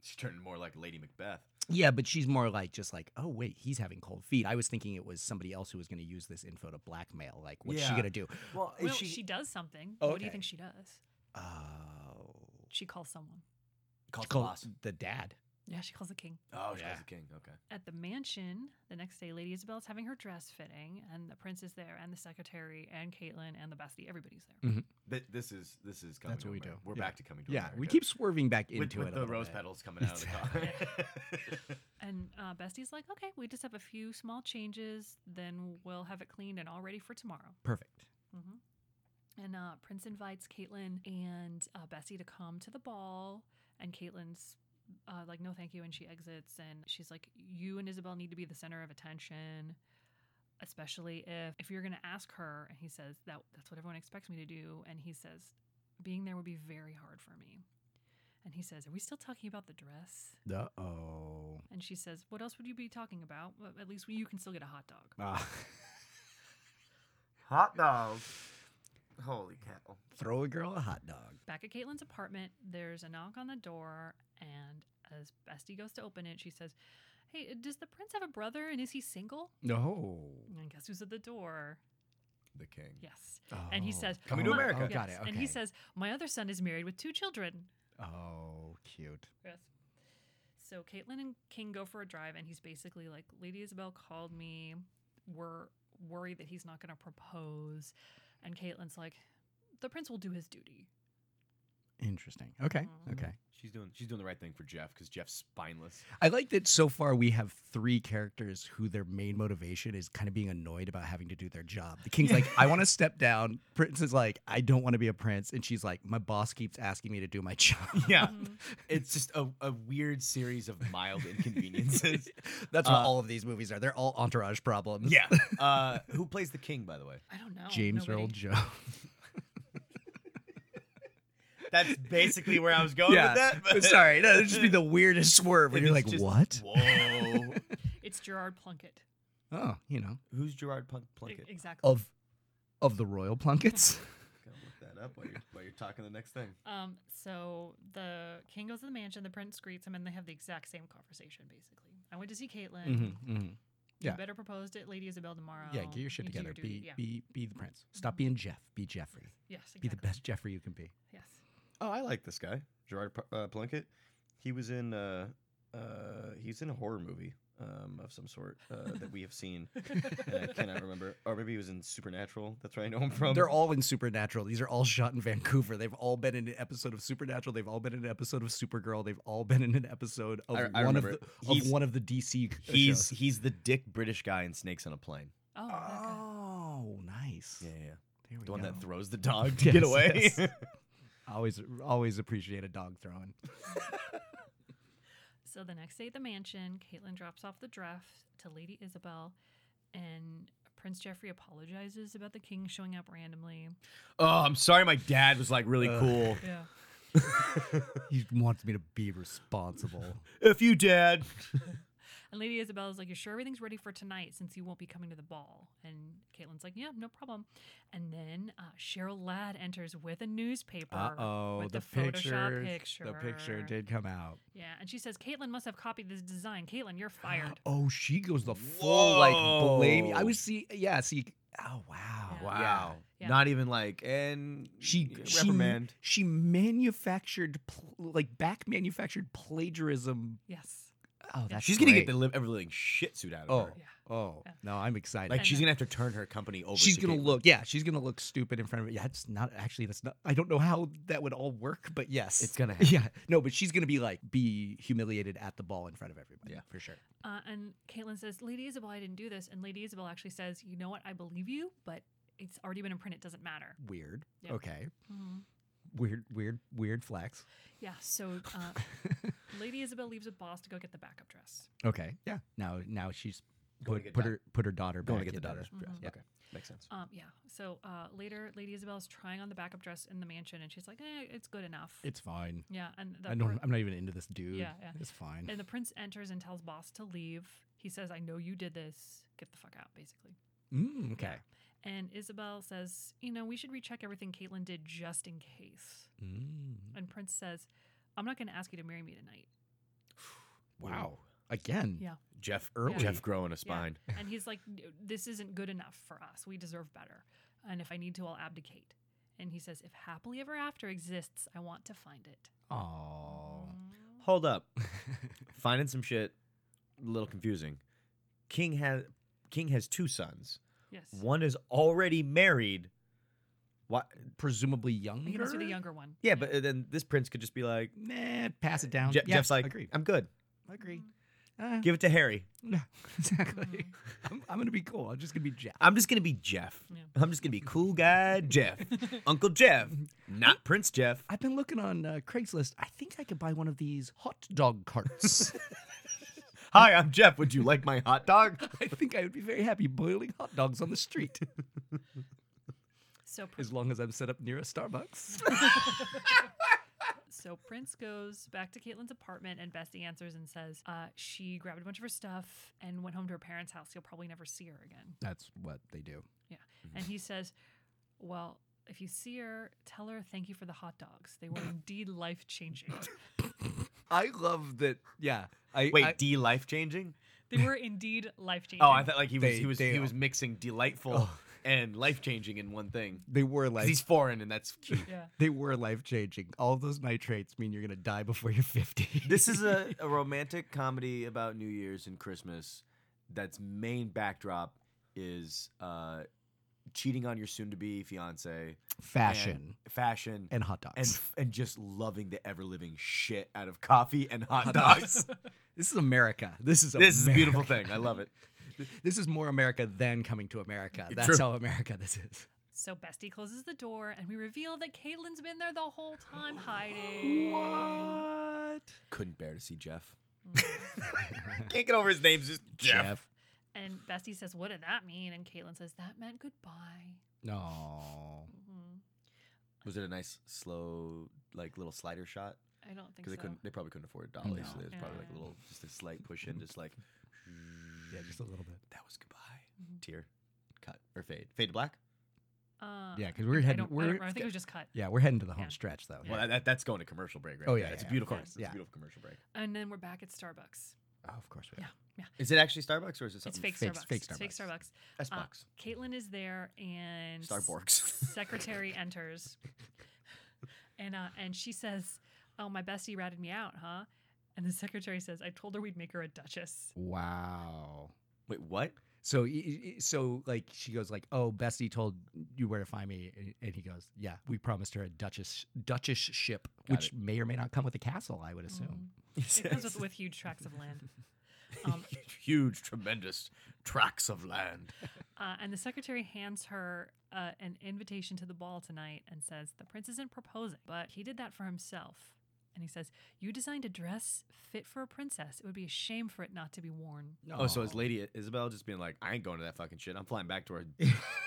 She turned more like Lady Macbeth. yeah, but she's more like just like oh wait, he's having cold feet. I was thinking it was somebody else who was going to use this info to blackmail. Like, what's she Yeah. gonna do? Well, well, she, does something. Oh, What do you okay. think she does? Oh, She calls someone. calls call the boss. the dad. Yeah, she calls the king. Oh, she Yeah. calls the king. Okay. At the mansion, the next day, Lady Isabel's having her dress fitting, and the prince is there, and the secretary, and Caitlin, and the bestie. Everybody's there. Th- this is this is coming. That's to what we America. do. We're Yeah. back to coming to yeah, America. we keep swerving back with, into with it. a the little rose bit. petals coming out of the car. And uh, bestie's like, okay, we just have a few small changes, then we'll have it cleaned and all ready for tomorrow. Perfect. Mm-hmm. And uh, Prince invites Caitlin and uh, Bessie to come to the ball, and Caitlin's uh, like, "No, thank you," and she exits. And she's like, "You and Isabel need to be the center of attention, especially if if you're going to ask her." And he says that that's what everyone expects me to do. And he says, "Being there would be very hard for me." And he says, "Are we still talking about the dress?" Uh oh. And she says, "What else would you be talking about? Well, At least you can still get a hot dog." Ah, Hot dog. Holy cow. throw a girl a hot dog. Back at Caitlin's apartment, there's a knock on the door, and as Bestie goes to open it, she says, Hey, uh, does the prince have a brother and is he single? No. And guess who's at the door? The king. Yes. And he Oh. says, Coming to "My-" America. Oh, got it. Yes. And he okay. says, My other son is married with two children. Oh, cute. Yes. So Caitlin and King go for a drive, and he's basically like, Lady Isabel called me. We're worried that he's not going to propose. And Caitlin's like, The prince will do his duty. Interesting. Okay. Okay. She's doing she's doing the right thing for Jeff because Jeff's spineless. I like that so far we have three characters who their main motivation is kind of being annoyed about having to do their job. The king's like, I want to step down. Prince is like, I don't want to be a prince. And she's like, my boss keeps asking me to do my job. Yeah. Mm-hmm. it's just a, a weird series of mild inconveniences. That's what Uh, all of these movies are. They're all entourage problems. yeah. Uh, who plays the king, by the way? I don't know. James Oh, Nobody- Earl Jones. That's basically where I was going with that. But Sorry. No, it'd just be the weirdest swerve when It you're is like, just- what? Whoa. It's Gerard Plunkett. Oh, you know, Who's Gerard Plunk- E- Plunkett? Exactly. of of the royal plunkets. Gotta look that up while you're, while you're talking the next thing. Oh. Um, so the king goes to the mansion, the prince greets him, and they have the exact same conversation basically. I went to see Caitlin. Mm-hmm. yeah. You better propose to Lady Isabel tomorrow. Yeah, get your shit You Oh, do together. duty. be yeah. be be the prince. Stop being Jeff. Be Jeffrey. yes, Be the exactly. best Jeffrey you can be. Yes. Oh, I like this guy, Gerard P- uh, Plunkett. He was in uh, uh, he's in a horror movie um, of some sort uh, that we have seen. and I cannot remember, or maybe he was in Supernatural. That's where I know him from. They're all in Supernatural. These are all shot in Vancouver. They've all been in an episode of Supernatural. They've all been in an episode of Supergirl. They've all been in an episode of I- I one of remember the, it. of He's- one of the DC. he's shows. he's the dick British guy in Snakes on a Plane. Oh, that guy. oh nice. Yeah, yeah, yeah. There we the one go. that throws the dog to Yes, get away. yes. always always appreciate a dog throwing. So the next day at the mansion, Caitlin drops off the draft to Lady Isabel, and Prince Jeffrey apologizes about the king showing up randomly. oh, I'm sorry. My dad was like really cool. Yeah. he wants me to be responsible. If you dad. And Lady Isabel is like, You're sure everything's ready for tonight since you won't be coming to the ball? And Caitlin's like, Yeah, no problem. And then uh, Cheryl Ladd enters with a newspaper. Uh oh, with the, Photoshop picture, picture. the picture did come out. Yeah. And she says, Caitlin must have copied this design. Caitlin, you're fired. Oh, she goes the full like blame. I Whoa. was see, yeah, see. Oh wow, Yeah. Wow. Yeah. Not even like and She yeah, she reprimand. she manufactured pl- like back manufactured plagiarism. yes. Oh, that's She's gonna great. get the live everything shit suit out of oh her. Yeah. oh Yeah. no, I'm excited. Like And she's then- gonna have to turn her company over. she's to gonna Caitlyn. look yeah, she's gonna look stupid in front of it. Yeah, it's not actually that's not. I don't know how that would all work, but yes, It's gonna Yeah, no, but she's gonna be like be humiliated at the ball in front of everybody. Yeah. for sure. Uh, and Caitlin says, Lady Isabel, I didn't do this. And Lady Isabel actually says, You know what? I believe you, but it's already been in print. It doesn't matter. Weird. Yeah. Mm-hmm. Okay. Weird, weird, weird flex. Yeah. So, uh, Lady Isabel leaves with Boss to go get the backup dress. Okay. Yeah. Now, now she's put, get put da- her put her daughter Going to back get the into daughter's her- dress. Mm-hmm. Yeah. Okay, makes sense. Um, yeah. So uh, later, Lady Isabel's trying on the backup dress in the mansion, and she's like, eh, "It's good enough." It's fine. yeah. And the I don't. prin- I'm not even into this dude. Yeah, yeah. It's fine. and the prince enters and tells Boss to leave. He says, "I know you did this. Get the fuck out," basically. Mm, okay. And Isabel says, "You know, we should recheck everything Caitlin did just in case." Mm. And Prince says, "I'm not going to ask you to marry me tonight." Wow. Again. Yeah. Jeff Early. Jeff growing a Yeah. spine. and he's like, "No, "This isn't good enough for us. We deserve better. And if I need to, I'll abdicate." And he says, "If happily ever after exists, I want to find it." Oh. Hold up, Mm-hmm. finding some shit. A little confusing. King has King has two sons. Yes. One is already married. What? Presumably I think younger. it must be the younger one. Yeah, but then this prince could just be like, Nah. Pass it down. Je- Yeah, Jeff's like, agree. I'm good. Mm-hmm. agree. Uh, Give it to Harry. yeah, exactly. Mm-hmm. I'm, I'm gonna be cool. I'm just gonna be Jeff. I'm just gonna be Jeff. Yeah. I'm just gonna be cool guy Jeff, Uncle Jeff, not Prince Jeff. I've been looking on uh, Craigslist. I think I could buy one of these hot dog carts. Hi, I'm Jeff. Would you like my hot dog? I think I would be very happy boiling hot dogs on the street So, Prince as long as I'm set up near a Starbucks. so Prince goes back to Caitlin's apartment, and Bessie answers and says, uh, "She grabbed a bunch of her stuff and went home to her parents' house. You'll probably never see her again." That's what they do. Yeah. Mm-hmm. And he says, "Well, if you see her, tell her thank you for the hot dogs. They were indeed life changing. I love that. Yeah. I Wait, I- D life changing? They were indeed life changing." Oh, I thought like he was They- he was they he are. was mixing delightful and life changing in one thing. they were 'Cause like he's foreign and that's cute. Yeah. they were life changing. All those nitrates mean you're gonna die before you're fifty. this is a, a romantic comedy about New Year's and Christmas. That's main backdrop is uh, cheating on your soon-to-be fiance, fashion and fashion, and hot dogs. and f- and just loving the ever living shit out of coffee and hot, dogs. this is America. This is this is a beautiful America. thing. I love it. This is more America than coming to America. That's True. how America this is. So Bestie closes the door, and we reveal that Caitlin's been there the whole time hiding. What? Couldn't bear to see Jeff. Can't get over his name's just Jeff. Jeff. And Bestie says, "What did that mean?" And Caitlin says, "That meant goodbye." Mm-hmm. No. Was it a nice slow like little slider shot? I don't think Because so. they couldn't, they probably couldn't afford dollies. No. So there's probably like a Yeah. little, just a slight push in, just like Yeah, just a little bit. that was goodbye. Mm-hmm. Tear, cut or fade, fade to black. Uh, Yeah, I 'cause we're think- I heading- don't- I we're- don't remember. I think it was just cut. Yeah, we're heading to the home Yeah. stretch though. Well, that, that's going to commercial break, right? Oh, yeah, there. it's yeah, a of beautiful, course, it's yeah. a beautiful commercial break. And then we're back at Starbucks. Oh, of course we Yeah, are. yeah. Is it actually Starbucks or is it It's something? fake, fake- Starbucks. fake It's fake Starbucks. Starbucks. S Uh, box. Caitlin is there, and Starborks. secretary enters, and uh, and she says, "Oh, my bestie ratted me out, huh?" And the secretary says, "I told her we'd make her a duchess." Wow. Wait, what? So, y- y- so like she goes like, "Oh, Bessie told you where to find me," and- and he goes, "Yeah, we promised her a duchess duchess ship, which may or may not come with a castle, I would assume." It comes with, with huge tracts of land. Um, Huge, tremendous tracts of land. uh, and the secretary hands her uh, an invitation to the ball tonight and says, The prince isn't proposing, but he did that for himself. And he says, You designed a dress fit for a princess. It would be a shame for it not to be worn. No. Oh, so is Lady Isabel just being like, I ain't going to that fucking shit. I'm flying back to our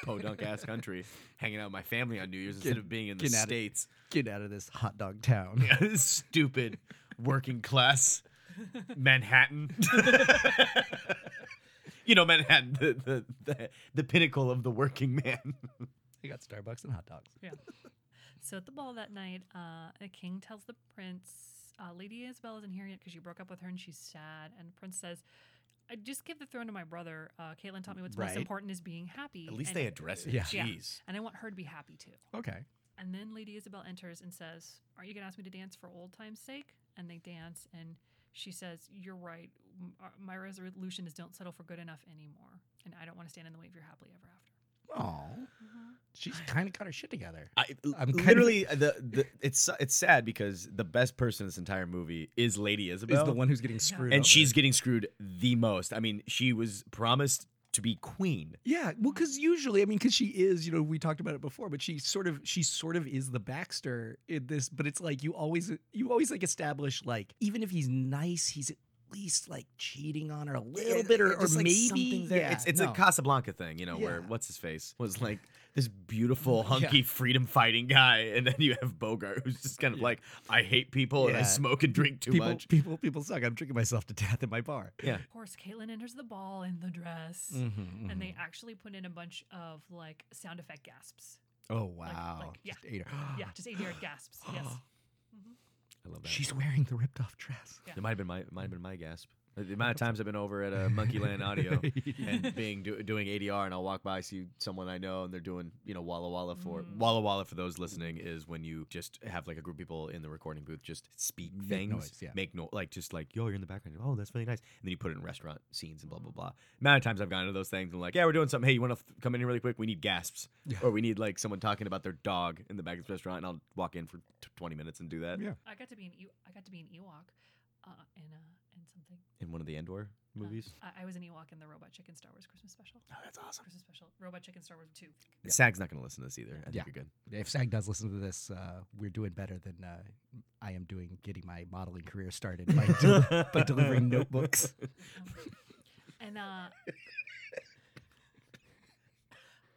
podunk ass country, hanging out with my family on New Year's instead of being in the get outta- States. get out of this hot dog town? Yeah, this stupid working class Manhattan. you know, Manhattan, the, the, the, the pinnacle of the working man. They got Starbucks and hot dogs. Yeah. so at the ball that night, uh, the king tells the prince, uh, Lady Isabel isn't here yet because she broke up with her and she's sad. And the prince says, I just give the throne to my brother. Uh, Caitlin taught me what's Right. most important is being happy. At least and- they address it. Yeah. Yeah. Jeez. And I want her to be happy too. Okay. And then Lady Isabel enters and says, Are you going to ask me to dance for old time's sake? And they dance. And she says, You're right. M- uh, My resolution is don't settle for good enough anymore. And I don't want to stand in the way of your happily ever after. Oh, she's kind of got her shit together. I, I'm kind of- literally the, the it's it's sad because the best person in this entire movie is Lady Isabel. is the one who's getting screwed, and over. she's getting screwed the most. I mean, she was promised to be queen. Yeah, well, because usually, I mean, because she is, you know, we talked about it before, but she sort of, she sort of is the Baxter in this. But it's like you always, you always like establish like even if he's nice, he's at least like cheating on her a little bit, or, or Just, like, maybe something there. yeah, it's, it's no. a Casablanca thing, you know, where Yeah. what's his face was like this beautiful, hunky, freedom fighting guy, and then you have Bogart who's just kind of like, I hate people and I Yeah. smoke and drink too people, much. people, people suck. I'm drinking myself to death in my bar. Yeah, Of course, Caitlin enters the ball in the dress, and they actually put in a bunch of like sound effect gasps. Oh wow, like, yeah. Just ate her. Yeah, just eight-yard gasps. Yes. I love that. she's wearing the ripped off dress. It might have been my might have been my gasp. The the amount of times I've been over at a Monkeyland Audio and being do, doing ADR, and I'll walk by, see someone I know, and they're doing you know Walla Walla for Mm. Walla Walla for those listening is when you just have like a group of people in the recording booth just speak Make things, noise, yeah. make no like just like yo, you're in the background, oh that's really nice, and then you put it in restaurant scenes and blah blah blah. Amount of times I've gone to those things and like yeah, we're doing something. Hey, you want to f- come in here really quick? We need gasps, or we need like someone talking about their dog in the back of the restaurant, and I'll walk in for t- twenty minutes and do that. Yeah. I got to be an Ew- I got to be an Ewok, uh, in uh, in something. In one of the Endor movies. I, I was an Ewok in the Robot Chicken Star Wars Christmas special. Oh, that's awesome. Christmas special. Robot Chicken Star Wars Two. Sag's not going to listen to this either. I think Yeah. you're good. If SAG does listen to this, uh, we're doing better than uh, I am doing getting my modeling career started by, del- by delivering notebooks. And uh,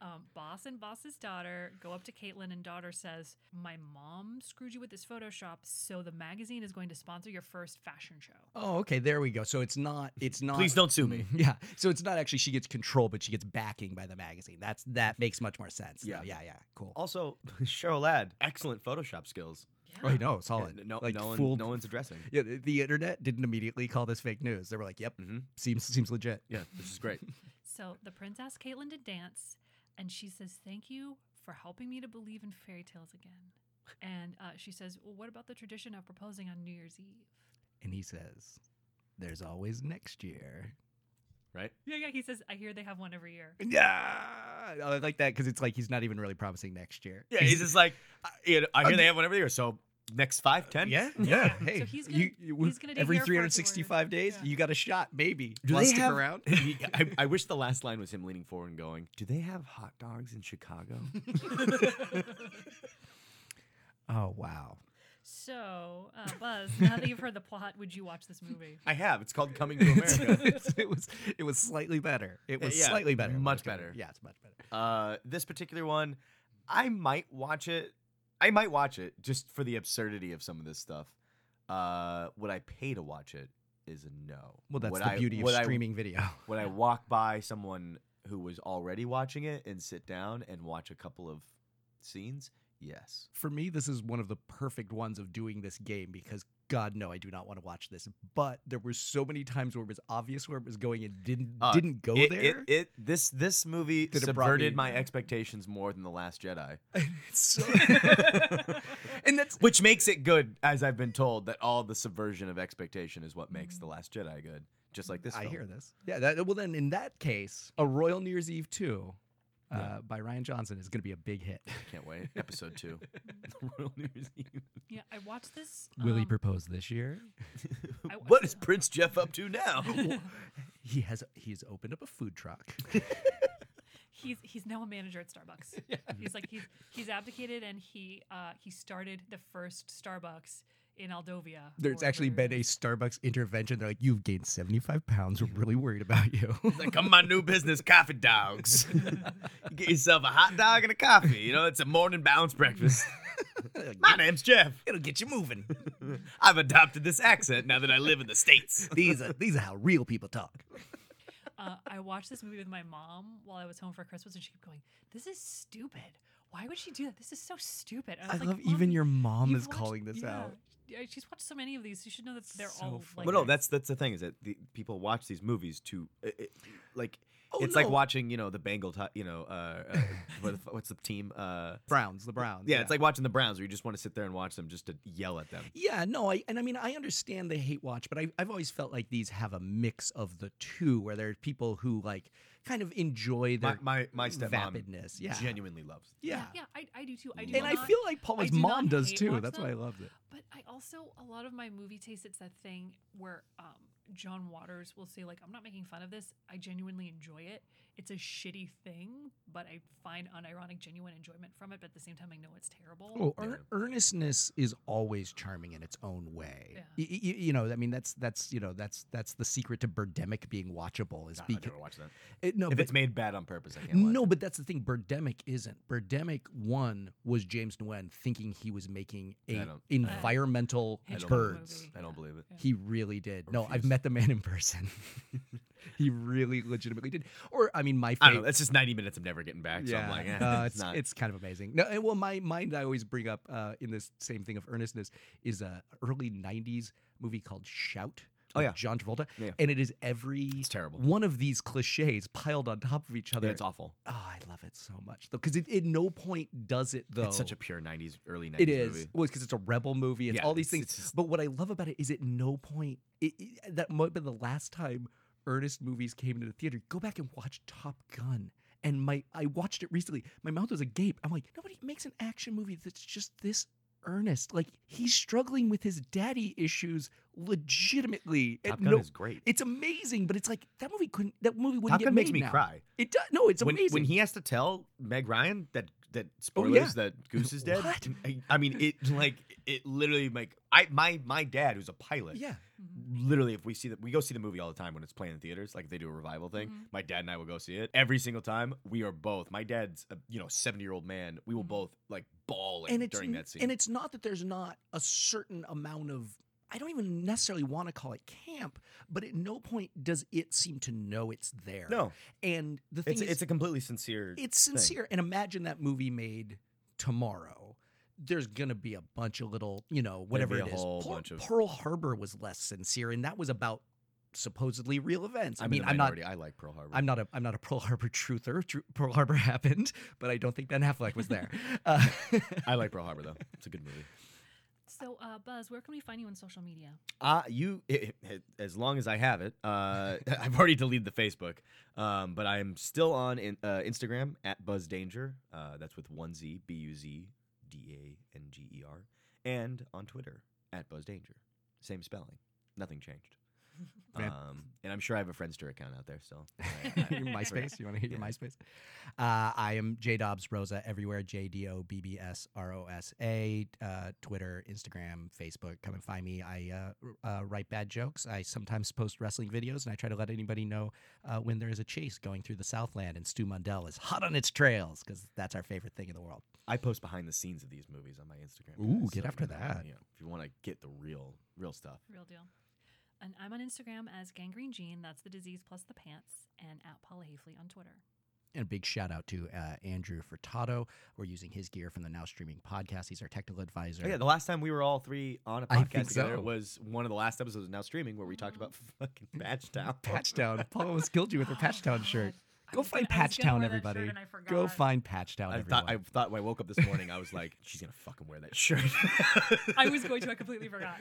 um, boss and boss's daughter go up to Caitlin, and daughter says, "My mom screwed you with this Photoshop, so the magazine is going to sponsor your first fashion show." Oh, okay. There we go. So it's not. It's not. Please don't sue me. Yeah. So it's not actually she gets control, but she gets backing by the magazine. That's that makes much more sense. Yeah. Yeah. yeah. Yeah. Cool. Also, Cheryl Ladd, excellent Photoshop skills. Oh, no, solid. And no, Like, no, one, fooled- no one's addressing. Yeah. The, the internet didn't immediately call this fake news. They were like, "Yep, Mm-hmm. seems seems legit." Yeah, this is great. So the prince asks Caitlin to dance, and she says, Thank you for helping me to believe in fairy tales again. And uh, she says, Well, what about the tradition of proposing on New Year's Eve? And he says, "There's always next year." right? Yeah, yeah. He says, I hear they have one every year. Yeah. I like that because it's like he's not even really promising next year. Yeah, he's just like, I, you know, I hear they have one every year, so next five, ten? Yeah, Yeah. yeah. So Hey, he's gonna- you- you- he's gonna do every hair for three hundred sixty-five days, Yeah. you got a shot, maybe. Do Wanna they stick have, around? I, I wish the last line was him leaning forward and going, Do they have hot dogs in Chicago? Oh wow. So, uh, Buzz, now that you've heard the plot, would you watch this movie? I have. It's called Coming to America. it was it was slightly better. It was Yeah, slightly better. when much it came- better. Yeah, it's much better. uh, this particular one, I might watch it. I might watch it just for the absurdity of some of this stuff. Uh, would I pay to watch it? Is a no. Well, that's Would the I- beauty would of I- streaming video. Would I walk by someone who was already watching it and sit down and watch a couple of scenes? Yes. For me, this is one of the perfect ones of doing this game because God no, I do not want to watch this. But there were so many times where it was obvious where it was going and didn't Uh, didn't go it, there. It, it this this movie That it brought subverted me- my expectations more than the Last Jedi, It's so- and that's which makes it good, as I've been told that all the subversion of expectation is what makes the Last Jedi good. Just like this. Mm-hmm. I film. hear this. Yeah. That, well, then in that case, a Royal New Year's Eve two. Uh, By Ryan Johnson is going to be a big hit. Can't wait. Episode two. Royal New Year's Eve. Yeah, I watched this. Will he um, propose this year? I watched What this- is Prince Jeff up to now? He has he's opened up a food truck. He's he's now a manager at Starbucks. He's like he's he's abdicated and he uh, he started the first Starbucks in Aldovia. There's or actually wherever been it a is. Starbucks intervention. They're like, "You've gained 75 pounds. We're really worried about you." like, I'm my new business, coffee dogs. you get yourself a hot dog and a coffee. You know, it's a morning balanced breakfast. my name's Jeff. It'll get you moving. I've adopted this accent now that I live in the States. these are these are how real people talk. uh, I watched this movie with my mom while I was home for Christmas, and she kept going, "This is stupid. Why would she do that? This is so stupid." And I was like, love even your mom you've is calling this out." Yeah, she's watched so many of these. You should know that they're So all like. funny. Well, no, that's that's the thing is that the, people watch these movies to, uh, uh, like, Oh, it's like no. watching, you know, the Bengal, ti- you know, uh, uh, what the, fu- what's the team? Uh, Browns, the Browns. yeah, it's like watching the Browns, where you just want to sit there and watch them just to yell at them. Yeah, no, I and I mean I understand they hate watch, but I, I've always felt like these have a mix of the two, where there are people who like kind of enjoy my their my, my stepmom vapidness. Yeah, genuinely loves. yeah. yeah, I, I do too. I do And I not- feel like Paula's I do not mom does hate too. watch That's why I them, loved it. But I also a lot of my movie taste. It's that thing where um, John Waters will say, like, I'm not making fun of this. I genuinely enjoy it. It's a shitty thing, but I find unironic, genuine enjoyment from it. But at the same time, I know it's terrible. Well, ear- earnestness is always charming in its own way. Yeah. Y- y- y- you know, I mean, that's that's you know that's that's the secret to Birdemic being watchable is Nah, I'd because never watch that. no, if but, it's made bad on purpose, I can't. watch no, it. but that's the thing. Birdemic isn't. Birdemic one was James Nguyen thinking he was making I a don't- environmental I don't- birds. movie. I don't believe it. He really did. No, I've refuse. met the man in person. he really legitimately did. Or I mean, my I don't know. favorite. That's just 90 minutes I'm never getting back. So I'm like, eh, no, it's, it's, not. it's kind of amazing. No, and well, my mind I always bring up uh, in this same thing of earnestness is a early '90s movie called Shout. Oh, with yeah. John Travolta, Yeah. and it is every It's terrible. one of these cliches piled on top of each other. Yeah, it's awful. Oh, I love it so much though, because it at no point does it though. It's such a pure 90s, early 90s It is movie. well, because it's a rebel movie. It's Yeah, all these it's- things. it's just- But what I love about it is at no point it, it, that might have been the last time earnest movies came into the theater. Go back and watch Top Gun. And my I watched it recently. My mouth was agape. I'm like, nobody makes an action movie that's just this earnest. Like he's struggling with his daddy issues legitimately. Top At Gun no- is great. It's amazing, but it's like that movie couldn't. That movie wouldn't Top get Gun made makes me now. cry. It does. No, it's when, amazing. Oh, when he has to tell Meg Ryan that that spoilers yeah. that Goose is dead. What? I, I mean, it like it literally like I my my dad who's a pilot. yeah. Mm-hmm. Literally, if we see that, we go see the movie all the time when it's playing in theaters. Like if they do a revival thing, my dad and I will go see it every single time. We are both. My dad's a, you know seventy year old man. We will both like ball and it's during n- that scene. And it's not that there's not a certain amount of I don't even necessarily want to call it camp, but at no point does it seem to know it's there. No. And the thing it's, is it's a completely sincere. it's thing. sincere. And imagine that movie made tomorrow. There's gonna be a bunch of little, you know, whatever be it is. a whole Pearl, bunch of- Pearl Harbor was less sincere, and that was about supposedly real events. I'm I in mean, the I'm not minority. I like Pearl Harbor. I'm not a I'm not a Pearl Harbor truther. Tru- Pearl Harbor happened, but I don't think Ben Affleck was there. Uh, I like Pearl Harbor though. It's a good movie. So, uh, Buzz, where can we find you on social media? Uh, you it, it- as long as I have it. Uh, I've already deleted the Facebook, um, but I'm still on in, uh, Instagram at Buzz Danger. Uh, that's with one Z B U Z D A N G E R, and on Twitter at Buzz Danger. Same spelling, nothing changed. Yeah. Um, and I'm sure I have a Friendster account out there still. your MySpace. You want to hit your MySpace? Uh, I am J Dobbs Rosa everywhere. J D O B B S R O S A. Uh, Twitter, Instagram, Facebook. Come and find me. I uh, r- uh, write bad jokes. I sometimes post wrestling videos, and I try to let anybody know uh, when there is a chase going through the Southland and Stu Mundell is hot on its trails because that's our favorite thing in the world. I post behind the scenes of these movies on my Instagram. Ooh, guys, get after that. Yeah, if you want to get the real, real stuff. Real deal. And I'm on Instagram as gangrene gene. That's the disease plus the pants. And at Paula Hafley on Twitter. And a big shout out to uh, Andrew Furtado. We're using his gear from the Now Streaming podcast. He's our technical advisor. Yeah, the last time we were all three on a I podcast think together so. was one of the last episodes of now streaming where we talked about fucking Mm, Patchtown. Patchtown. Paula almost killed you with her Patchtown shirt. Oh I Go was gonna- find I was gonna Patchtown, wear that shirt everybody. and I forgot. Go find Patchtown, I everyone. thought I thought when I woke up this morning I was like, she's gonna fucking wear that shirt. I was going to. I completely forgot.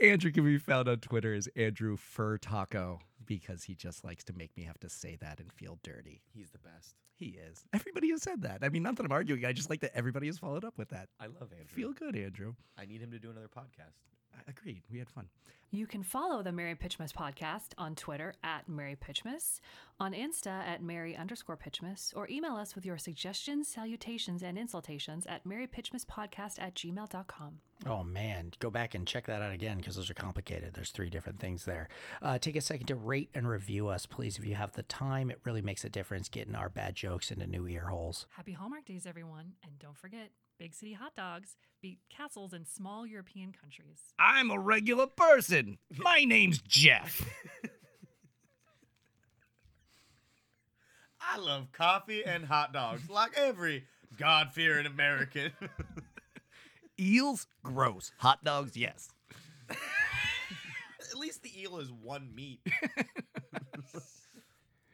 Andrew can be found on Twitter as Andrew Fur Taco because he just likes to make me have to say that and feel dirty. He's the best. He is. Everybody has said that. I mean, not that I'm arguing. I just like that everybody has followed up with that. I love Andrew. Feel good, Andrew. I need him to do another podcast. I agreed. We had fun. You can follow the Mary Pitchmas podcast on Twitter at Mary Pitchmas, on Insta at Mary underscore Pitchmas, or email us with your suggestions, salutations, and insultations at marypitchmaspodcast at gmail.com. Oh man, go back and check that out again because those are complicated. There's three different things there. Uh, take a second to rate and review us, please, if you have the time. It really makes a difference getting our bad jokes into new ear holes. Happy Hallmark Days, everyone. And don't forget, big city hot dogs beat castles in small European countries. I'm a regular person. My name's Jeff. I love coffee and hot dogs like every God fearing American. Eels, gross. Hot dogs, yes. At least the eel is one meat.